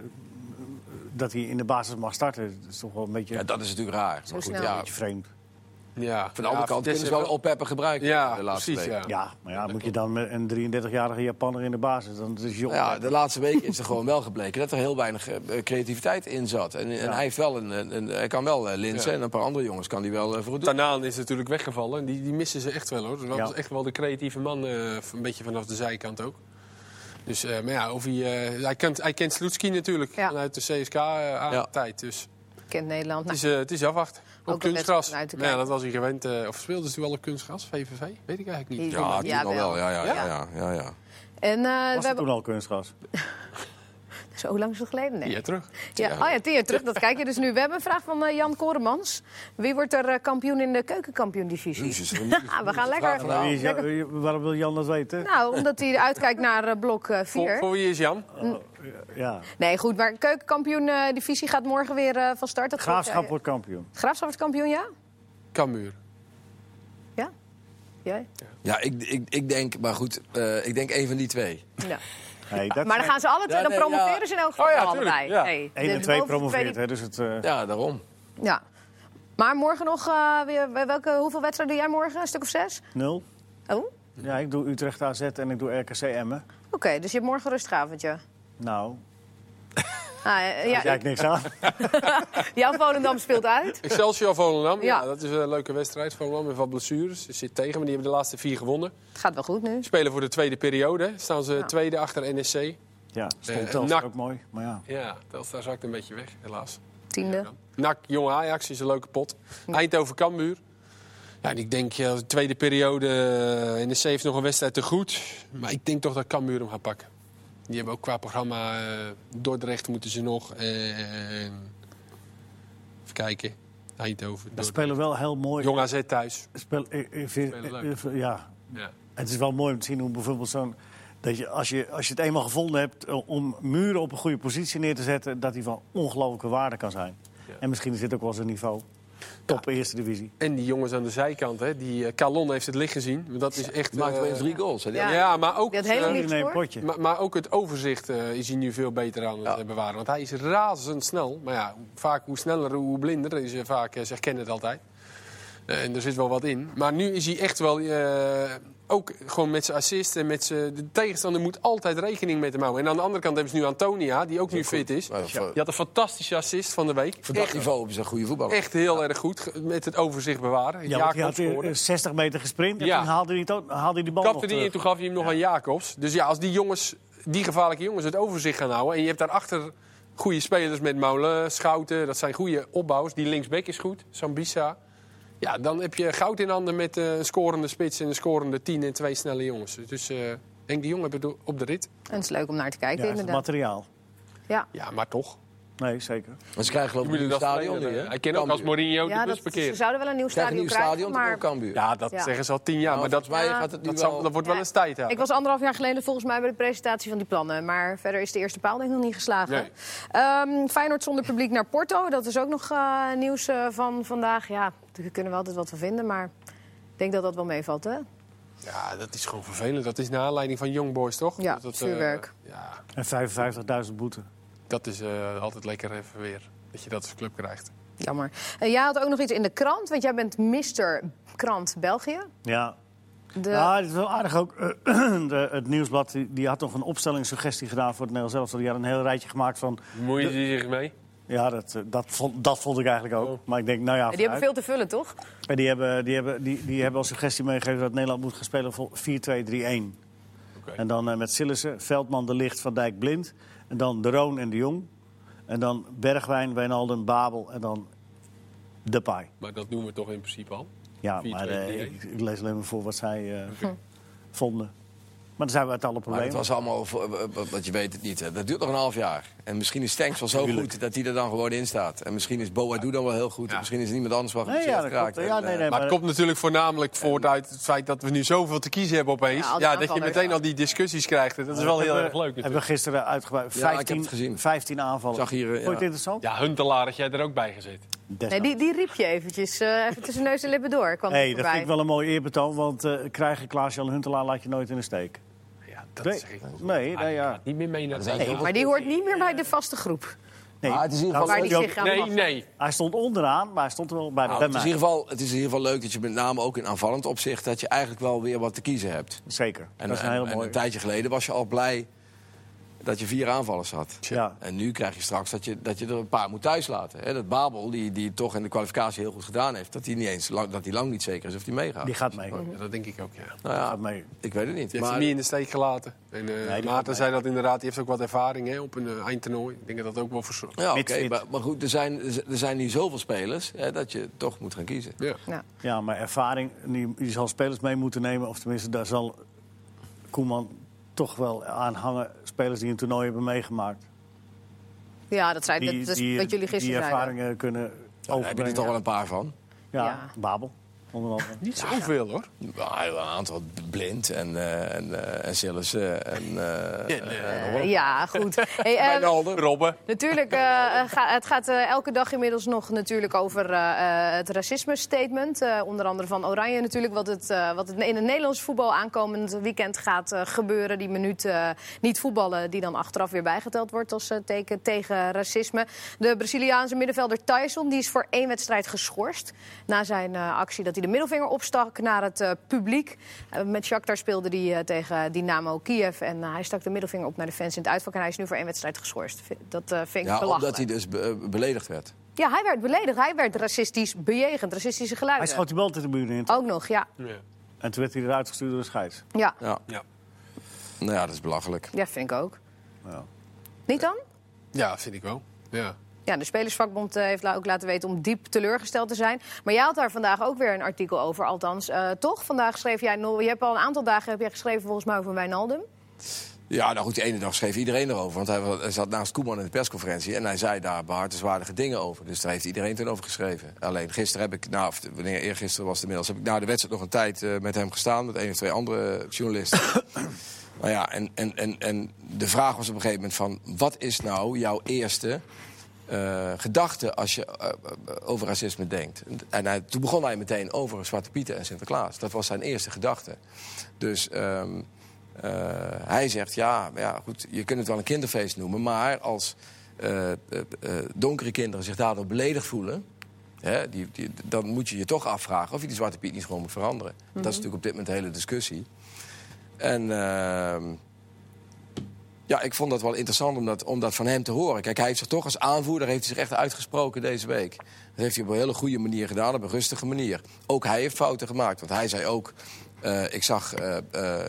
dat hij in de basis mag starten. Dat is toch wel een beetje,
Ja, dat is natuurlijk raar. Maar goed,
snel.
ja,
een beetje vreemd.
Ja.
van de andere
Ja,
kant kunnen ze
Vitesse-
wel opheppen gebruiken.
Ja,
de laatste
precies,
weken.
ja.
Ja, maar ja, moet je dan met een 33-jarige Japanner in de basis? Dan is jong.
Nou ja, de laatste weken is er gewoon wel gebleken dat er heel weinig eh, creativiteit in zat. En, en hij, heeft wel een, een, een- hij kan wel eh, Linsen en een paar andere jongens kan die wel eh, voor het doen.
Tanaan is natuurlijk weggevallen. Die, die missen ze echt wel hoor. Dat
Ja.
was echt wel de creatieve man, eh, een beetje vanaf de zijkant ook. Dus, eh, maar ja, of hij, eh, hij, kent, hij kent Sloetski natuurlijk
Ja.
vanuit de CSK-tijd. Dus
Kent Nederland.
het
Nou,
is, eh, het is afwachten. Op
Ook een
kunstgras.
wedstrijd om naar te
Maar Ja,
kijken.
dat was hij gewend. eh, of speelde ze toen wel op kunstgras, VVV? Weet ik eigenlijk niet.
die-
Ja, toen Ah, al
jawel.
wel. Ja, ja, ja,
Ja?
ja, ja, ja.
En eh,
was
we
dat
hebben...
toen al kunstgras?
Zo lang is het geleden, nee.
Ja, terug.
Ja, oh ja, tien jaar terug, dat kijk je dus nu. We hebben een vraag van eh, Jan Koremans. Wie wordt er eh, kampioen in de keukenkampioendivisie? [LAUGHS]
Jezus, een-
Ah, we gaan lekker...
vraag
Wie is Jan- wie- waarom wil Jan dat weten?
Nou, omdat hij uitkijkt naar eh, blok
Voor,
4.
voor wie is Jan?
Ja.
Nee, Nou, goed, maar keukenkampioendivisie gaat morgen weer eh, van start. Dat
Graafschap
wordt,
wordt kampioen.
eh, Graafschap wordt kampioen, ja?
Kamuur.
Ja? Jij?
ja ik, ik, ik denk, maar goed, eh, ik denk één van die twee.
Ja.
Nee, dat
Nou. Maar dan gaan ze alle twee,
Ja,
dan
nee,
promoveren
ja.
ze in elk geval
Oh ja,
allebei.
tuurlijk, ja.
Hey,
1 en
de
2
boven-
promoveert,
tweede-
hè, dus het... eh,
Ja, daarom.
Ja. Maar morgen nog, eh, weer, welke, hoeveel wedstrijden doe jij morgen? Een stuk of zes?
Nul.
Oh, oké.
Ja, ik doe Utrecht AZ en ik doe RKC Emmen.
dus je hebt morgen een rustigavondje.
Nou,
Ah, eh, ja,
daar kijk ik niks
[LAUGHS]
aan.
jouw Volendam speelt uit.
Excelsior Volendam. Ja.
Ja.
dat is een leuke wedstrijd. Volendam heeft wat blessures. Ze zit tegen, maar die hebben de laatste vier gewonnen.
Het gaat wel goed nu.
Spelen voor de tweede periode. Staan ze tweede achter NSC.
Ja,
Eh,
stond Telstra
NAC.
ook mooi. Maar ja,
Ja, Telstar zakt een beetje weg, helaas.
Tiende.
NAC, Jong Ajax is een leuke pot. Eindhoven, Cambuur. Ja, en ik denk, ja, de tweede periode, eh, NEC heeft nog een wedstrijd te goed. Maar ik denk toch dat Cambuur hem gaat pakken. Die hebben ook qua programma, eh, Dordrecht moeten ze nog. eh, en- even kijken, Eindhoven.
dat
Dordrecht.
spelen wel heel mooi.
Jong AZ thuis.
Spel, ik, ik vind,
Spelen
ik- ik- ja,
Ja.
het is wel mooi om te zien hoe bijvoorbeeld zo'n... Dat je, als, je, als je het eenmaal gevonden hebt eh, om muren op een goede positie neer te zetten... dat die van ongelooflijke waarde kan zijn. En misschien is dit ook wel zijn niveau. Top eerste divisie.
En die jongens aan de zijkant, hè, die eh, Calon heeft het licht gezien. Maar Dat is echt.
Die maakt
eh,
opeens drie goals. hè. Die
Ja.
ja. maar ook.
Die had helemaal
eh,
niet-
Iedereen een
voor?
potje.
maar, maar ook het overzicht eh, is hij nu veel beter aan het
Ja.
eh, bewaren. Want hij is razendsnel. Maar ja, hoe- vaak hoe sneller, hoe blinder. is eh, vaak, eh, zegt Kenneth altijd. Eh, en er zit wel wat in. Maar nu is hij echt wel... eh, ook gewoon met zijn assist en met zijn... De tegenstander moet altijd rekening met hem houden. En aan de andere kant hebben ze nu Antonia, die ook nu fit is.
Maar voor-
Die had een fantastische assist van de week.
Voor dat niveau hebben ze een goede voetballer.
Echt heel erg goed ge- met het overzicht bewaren.
Ja, want die
Jacobs
had eh,
scoorde.
60 meter gesprint en
Ja.
toen haalde hij, het ook- haalde hij die bal nog
Kapte die
terug.
in, toen gaf hij hem nog aan Jacobs. Dus ja, als die jongens, die gevaarlijke jongens, het overzicht gaan houden. En je hebt daarachter goede spelers met Molen, Schouten. Dat zijn goede opbouwers. Die linksback is goed, Sambisa. Ja, dan heb je goud in handen met eh, een scorende spits en een scorende tien en twee snelle jongens. Dus eh, ik denk die jongen hebben het op de rit.
En het is leuk om naar te kijken,
Ja, is het
inderdaad.
materiaal.
Ja.
Ja, maar toch.
Nee, zeker.
Want ze krijgen geloof
Je
ik een
moet
nieuw
dat
stadion
verlengen,
nu,
hè?
hè?
Hij kent ook als
Cambuur.
Mourinho de
Ja,
bus
dat, ze
parkeert.
zouden wel een nieuw
Krijgen een
stadion
nieuw
krijgen,
stadion, maar...
maar...
ook Cambuur.
Ja, dat
Ja.
zeggen ze al tien jaar.
Nou,
maar dat,
volgens mij gaat het nu
dat,
wel-
zal- dat wordt wel
Ja.
eens tijd. Ja.
Ik was anderhalf jaar geleden volgens mij bij de presentatie van die plannen. Maar verder is de eerste paal denk ik nog niet geslagen.
Nee.
Ehm, Feyenoord zonder publiek naar Porto. Dat is ook nog eh, nieuws eh, van vandaag. Ja, daar kunnen we altijd wat van vinden. Maar ik denk dat dat wel meevalt, hè?
Ja, dat is gewoon vervelend. Dat is naar aanleiding van Young Boys, toch?
Ja,
dat, eh,
vuurwerk.
ja,
En 55.000 boete.
dat is eh, altijd lekker even weer. Dat je dat als club krijgt.
Jammer. Eh, jij had ook nog iets in de krant, want jij bent Mr. Krant België.
Ja.
De...
Ja, het is wel aardig ook. eh, [CLEARS THROAT] de, het nieuwsblad die, die had nog een opstellingssuggestie gedaan voor het Nederlands elftal. Die had een heel rijtje gemaakt van.
Moeite je zich mee?
Ja, dat, eh, dat, vond, dat vond ik eigenlijk ook.
Oh.
Maar ik denk, nou ja.
Die hebben veel te vullen, toch?
En die hebben, die hebben, die, die hebben als suggestie meegegeven dat Nederland moet gaan spelen voor 4-2-3-1. En dan eh, met Sillissen, Veldman, De Licht, Van Dijk, Blind. En dan De Roon en De Jong. En dan Bergwijn, Wijnaldum, Babel en dan Depay.
Maar dat doen we toch in principe al.
Ja,
4-2-3-1.
maar eh, ik, ik lees alleen maar voor wat zij eh, vonden. Maar dan zijn we uit alle
Maar het
problemen.
was allemaal, voor- eh, eh, want je weet het niet. Hè. Dat duurt nog een half jaar. En misschien is Stanks wel zo goed dat hij er dan gewoon in staat. En misschien is Boadu dan wel heel goed. En misschien is niemand anders wel goed.
Nee, ja, dat klopt.
eh,
Ja, nee, nee,
Maar het
maar,
komt natuurlijk voornamelijk voort uit het feit dat we nu zoveel te kiezen hebben
Ja,
opeens. Ja,
al die
dat je
aanvallers.
meteen al die discussies krijgt. Dat is wel heel
hebben-
erg leuk natuurlijk.
Hebben we gisteren uitgebreid.
Ja, ik
15,
heb het gezien.
15 aanvallen.
Zag hier, eh,
Vond je het
ja.
interessant?
Ja, Huntelaar had jij er ook bij gezet.
Desnoods.
Nee, die, die riep je eventjes. eh, even tussen neus en lippen door. Kwam
Nee,
die
dat
voorbij.
vind ik wel een mooi eerbetoon. Want eh, krijgen Klaas-Jan Huntelaar laat je nooit in de steek.
Ja, dat
Nee,
zeg ik.
nee, nee, ja.
Niet meer mee naar
zijn
de
heel
Maar die hoort niet meer bij de vaste groep.
Nee,
Maar het is in ieder
nou,
Waar
geval-
die
hij ook-
zich aan
Nee,
wacht.
nee.
Hij stond onderaan, maar hij stond er wel bij,
Nou,
bij
het, is in
mij.
ieder geval, het is in ieder geval leuk dat je met name ook in aanvallend opzicht... dat je eigenlijk wel weer wat te kiezen hebt.
Zeker.
En,
dat is een
en-
hele
en
mooie.
een tijdje geleden was je al blij dat je vier aanvallers had.
Ja.
En nu krijg je straks dat je, dat je er een paar moet thuislaten. Hè, dat Babel, die, die toch in de kwalificatie heel goed gedaan heeft... dat hij niet eens lang, dat hij lang niet zeker is of hij meegaat.
Die gaat mee.
Oh, Ja, dat denk ik ook, ja.
nou ja,
gaat mee.
ik weet het niet.
Je hebt
maar-
hem niet in de steek gelaten. En eh
gaat
Maarten
mee.
zei dat inderdaad. Die heeft ook wat ervaring hè, op een eh, eindtoernooi. Ik denk dat dat ook wel voor
Ja, oké,
Mits fit.
maar, maar goed, er zijn, er zijn nu zoveel spelers hè, dat je toch moet gaan kiezen.
Ja.
Nou,
Ja, maar ervaring, die, die zal spelers mee moeten nemen. Of tenminste, daar zal Koeman toch wel aan hangen. Spelers die een toernooi hebben meegemaakt.
ja, dat, zei,
Die,
dat is
die,
wat jullie
die
gisteren zeiden.
ervaringen kunnen
Daar heb je er
overbrengen.
toch wel een paar van.
Ja,
Ja.
Babel, onder andere.
Niet zoveel hoor.
Nou, een aantal blind en, eh en, eh, en Sillissen en... eh, en Rob.
Ja,
[LAUGHS]
goed. Hey, eh,
Robben.
Natuurlijk, eh, eh, ga- het gaat eh, elke dag inmiddels nog natuurlijk over eh, eh, het racisme-statement. Eh, onder andere van Oranje natuurlijk, wat het, eh, wat het in het Nederlands voetbal aankomend weekend gaat eh, gebeuren. Die minuut eh, niet voetballen, die dan achteraf weer bijgeteld wordt als eh, teken tegen racisme. De Braziliaanse middenvelder Tyson die is voor één wedstrijd geschorst. Na zijn eh, actie dat hij de middelvinger opstak naar het eh, publiek. Eh, met Shakhtar speelde hij eh, tegen Dynamo Kiev. En eh, hij stak de middelvinger op naar de fans in het uitvak. En hij is nu voor één wedstrijd geschorst. Vind- Dat eh, vind ik
Ja,
belachelijk.
omdat hij dus be- eh, beledigd werd.
Ja, hij werd beledigd. Hij werd racistisch bejegend. Racistische
Hij
geluiden.
schoot die bal tegen de buren in.
Ook nog, ja.
Ja.
En toen werd hij eruit gestuurd door de scheids.
ja.
Ja.
Ja.
Nou ja, dat is belachelijk.
Ja, vind ik ook.
Ja.
Niet dan?
ja, vind ik wel. Ja.
Ja, de Spelersvakbond eh, heeft la- ook laten weten om diep teleurgesteld te zijn. Maar jij had daar vandaag ook weer een artikel over, althans. eh, toch? Vandaag schreef jij... nul- Je hebt al een aantal dagen heb jij geschreven volgens mij over Wijnaldum.
Ja, nou goed, de ene dag schreef iedereen erover. Want hij wa- hij zat naast Koeman in de persconferentie... en hij zei daar behartenswaardige dingen over. Dus daar heeft iedereen toen over geschreven. Alleen gisteren heb ik, nou, of de- wanneer eergisteren was het inmiddels... heb ik na de wedstrijd nog een tijd eh, met hem gestaan... met één of twee andere eh, journalisten. nou ja, en, en, en, en de vraag was op een gegeven moment van... wat is nou jouw eerste eh, gedachten als je eh, eh, over racisme denkt. En hij, toen begon hij meteen over Zwarte Pieten en Sinterklaas. Dat was zijn eerste gedachte. Dus ehm, eh, hij zegt, ja, maar ja goed, je kunt het wel een kinderfeest noemen... maar als eh, eh, eh, donkere kinderen zich daardoor beledigd voelen... Hè, die, die, dan moet je je toch afvragen of je die Zwarte Piet niet gewoon moet veranderen. Dat is natuurlijk op dit moment de hele discussie. En ehm, ja, ik vond dat wel interessant om dat, om dat van hem te horen. Kijk, hij heeft zich toch als aanvoerder heeft hij zich echt uitgesproken deze week. Dat heeft hij op een hele goede manier gedaan, op een rustige manier. Ook hij heeft fouten gemaakt, want hij zei ook... eh, ik zag eh, eh,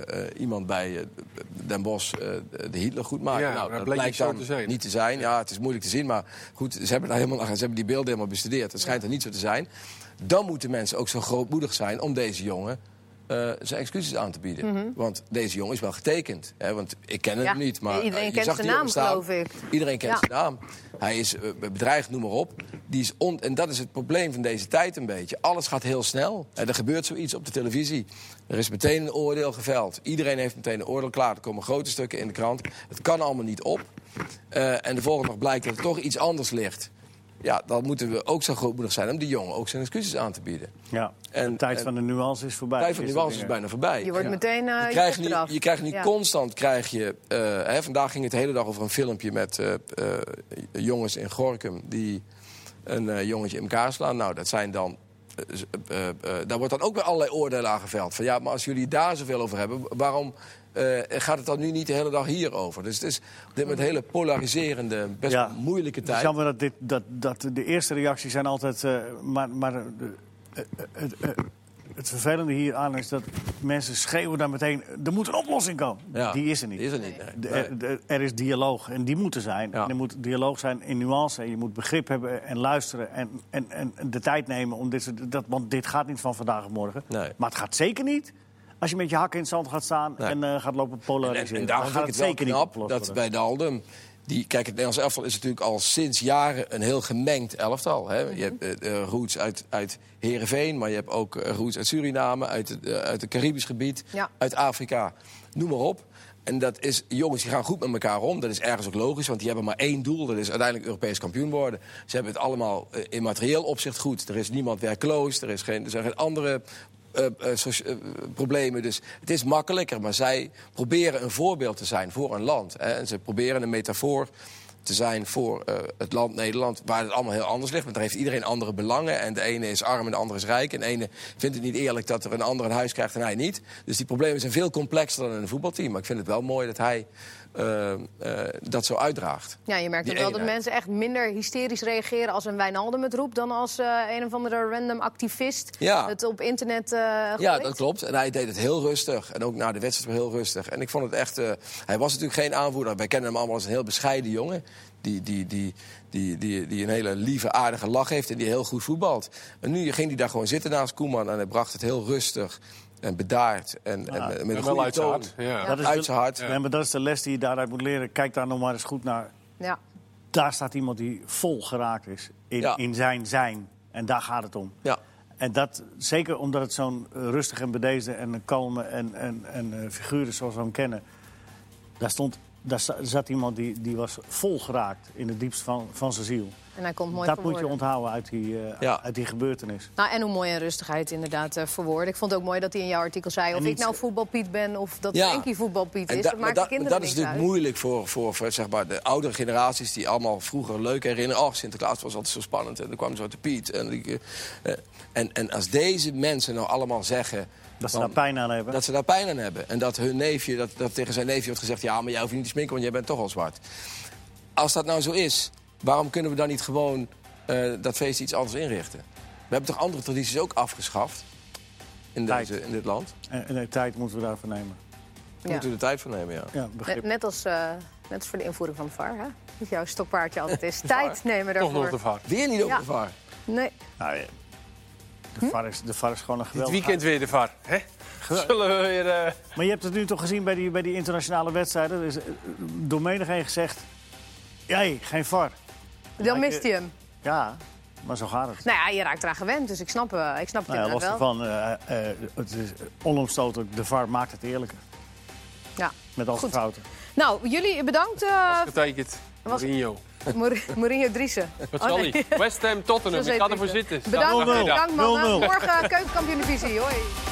eh, iemand bij eh, Den Bosch eh, de Hitler goed maken.
Ja,
nou,
dat
dat
bleek
blijkt
niet zo
dan
te zijn.
niet te zijn. Ja, het is moeilijk te zien, maar goed, ze hebben, daar helemaal, ze hebben die beelden helemaal bestudeerd. Dat schijnt er niet zo te zijn. Dan moeten mensen ook zo grootmoedig zijn om deze jongen eh, zijn excuses aan te bieden.
Mhm.
Want deze jongen is wel getekend. Hè? Want ik ken hem
Ja,
niet, maar
iedereen
eh, je
kent
zag
zijn
die
naam,
jongen staan.
geloof ik.
Iedereen
Ja.
kent zijn naam. Hij is eh, bedreigd, noem maar op. Die is on en dat is het probleem van deze tijd een beetje. Alles gaat heel snel. Eh, Er gebeurt zoiets op de televisie. Er is meteen een oordeel geveld. Iedereen heeft meteen een oordeel klaar. Er komen grote stukken in de krant. Het kan allemaal niet op. Eh, en de volgende dag blijkt dat er toch iets anders ligt. Ja, dan moeten we ook zo grootmoedig zijn om die jongen ook zijn excuses aan te bieden.
Ja,
En-
de tijd
en-
van de nuance is voorbij.
De tijd van
Is
die
dat
nuance is
weer.
bijna voorbij.
Je wordt
Ja.
meteen eh,
Je
je
krijgt
kop
niet,
eraf.
je krijgt niet
Ja.
constant, krijg je... eh, hè, vandaag ging het de hele dag over een filmpje met eh, eh, jongens in Gorkum... die een eh, jongetje in elkaar slaan. Nou, dat zijn dan... eh, z- eh, eh, daar wordt dan ook weer allerlei oordelen aan geveld. Van ja, maar als jullie daar zoveel over hebben... waarom eh, gaat het dan nu niet de hele dag hierover? Dus het is op dit moment een hele polariserende, best
Ja.
moeilijke
Het is
tijd.
jammer dat, dit, dat, dat de eerste reacties zijn altijd... eh, maar maar eh, eh, het- eh, het vervelende hieraan is dat mensen schreeuwen dan meteen... er moet een oplossing komen.
Ja.
Die is er niet.
Die is er niet, nee.
De-
Nee.
er- de- er is dialoog en die moet er zijn.
Ja.
En er moet dialoog zijn in nuance. En je moet begrip hebben en luisteren en, en, en de tijd nemen om dit soort... Dat, want dit gaat niet van vandaag op morgen.
Nee.
Maar het gaat zeker niet... Als je met je hakken in het zand gaat staan
Nee.
en eh, gaat lopen
En,
polariseren.
en
daar
daarom vind ik het wel knap dat bij Daldum... Die, kijk, het Nederlands elftal is natuurlijk al sinds jaren een heel gemengd elftal. Hè? Je hebt eh, eh, roots uit, uit Heerenveen, maar je hebt ook eh, roots uit Suriname... uit, het, eh, uit het Caribisch gebied,
Ja.
uit Afrika. Noem maar op. En dat is, jongens die gaan goed met elkaar om. Dat is ergens ook logisch, want die hebben maar één doel. Dat is uiteindelijk Europees kampioen worden. Ze hebben het allemaal eh, in materieel opzicht goed. Er is niemand werkloos, er, is geen, er zijn geen andere eh, eh, socia- eh, problemen. Dus het is makkelijker, maar zij proberen een voorbeeld te zijn voor een land. Hè. En ze proberen een metafoor te zijn voor eh, het land Nederland, waar het allemaal heel anders ligt. Want daar heeft iedereen andere belangen. En de ene is arm en de andere is rijk. En de ene vindt het niet eerlijk dat er een ander een huis krijgt en hij niet. Dus die problemen zijn veel complexer dan in een voetbalteam. Maar ik vind het wel mooi dat hij eh, eh, dat zo uitdraagt.
Ja, je merkt
Die
ook wel dat
eenheid.
mensen echt minder hysterisch reageren als een Wijnaldum het roept... dan als eh, een of andere random activist
Ja.
het op internet eh
Ja,
gooit.
dat klopt. En hij deed het heel rustig. En ook na de wedstrijd weer heel rustig. En ik vond het echt... eh, hij was natuurlijk geen aanvoerder. Wij kennen hem allemaal als een heel bescheiden jongen. Die, die, die, die, die, die een hele lieve, aardige lach heeft en die heel goed voetbalt. En nu ging hij daar gewoon zitten naast Koeman. En hij bracht het heel rustig en bedaard. En, en met- met een
En wel
goede
uit zijn
toon.
hart. Ja.
Dat is
Uit
de-
zijn hart.
Ja, maar dat is de les die je daaruit moet leren. Kijk daar nog maar eens goed naar.
Ja.
Daar staat iemand die vol geraakt is in,
Ja.
in zijn zijn. En daar gaat het om.
Ja.
En dat, zeker omdat het zo'n eh, rustig en bedeesde en een kalme en, en, en eh, figuur is zoals we hem kennen. Daar, stond, daar za- zat iemand die, die was vol geraakt in het diepst van, van zijn ziel.
En hij komt mooi
dat moet
verwoorden.
je onthouden uit die, eh,
Ja.
uit die gebeurtenis.
Nou, en hoe mooi en rustigheid inderdaad eh, verwoord. Ik vond het ook mooi dat hij in jouw artikel zei... of
En
ik
niet-
nou voetbalpiet ben of dat
Ja.
Frenkie voetbalpiet
En
is.
da-
dat
maar
maakt
da-
de kinderen
dat is
niks
natuurlijk
uit.
moeilijk voor, voor, voor, zeg maar, de oudere generaties die allemaal vroeger leuk herinneren. Ach, Sinterklaas was altijd zo spannend en dan kwam Zwarte Piet. En, die- eh, en, en als deze mensen nou allemaal zeggen...
Dat ze
van-
daar pijn aan hebben.
Dat ze daar pijn aan hebben. En dat hun neefje, dat, dat tegen zijn neefje wordt gezegd... ja, maar jij hoeft je niet te sminken, want jij bent toch al zwart. Als dat nou zo is, waarom kunnen we dan niet gewoon eh, dat feest iets anders inrichten? We hebben toch andere tradities ook afgeschaft in,
Tijd.
deze, in dit land?
En, en de tijd moeten we daarvoor nemen.
Daar moeten we de tijd voor nemen, ja.
Ja,
Net,
begrip.
net als, eh, net als voor de invoering van de VAR, hè? Dat jouw stokpaardje altijd
[LAUGHS]
is. Tijd nemen
Toch nog
daarvoor.
de vaart.
Weer niet op
Ja.
de VAR.
Nee. Hm?
Nou, ja. de, VAR is, de VAR is gewoon een
Dit
geweldig.
weekend weer de VAR. Hè? Zullen we weer... eh,
Maar je hebt het nu toch gezien bij die, bij die internationale wedstrijden. Er is eh, door menig heen gezegd... Jij, geen VAR.
Dan
ik,
mist
eh,
hij hem.
Ja, maar zo gaat het.
Nou ja, je raakt eraan gewend, dus ik snap, eh, ik snap het
Nou ja, los
inderdaad wel.
ervan, eh, eh, het is onomstotelijk. De VAR maakt het eerlijker.
Ja.
Met al zijn
Goed.
fouten.
Nou, jullie bedankt. eh,
Getekend.
Was- Oh,
Mourinho.
Mor- Mourinho
[LAUGHS]
Driessen.
Wat
Oh,
zal
nee.
hij? West Ham Tottenham.
Zo
Ik
zei
ga ervoor
Driessen.
zitten.
Bedankt,
Dag, dag.
bedankt mannen.
0-0.
Morgen keukenkampioen divisie. Hoi.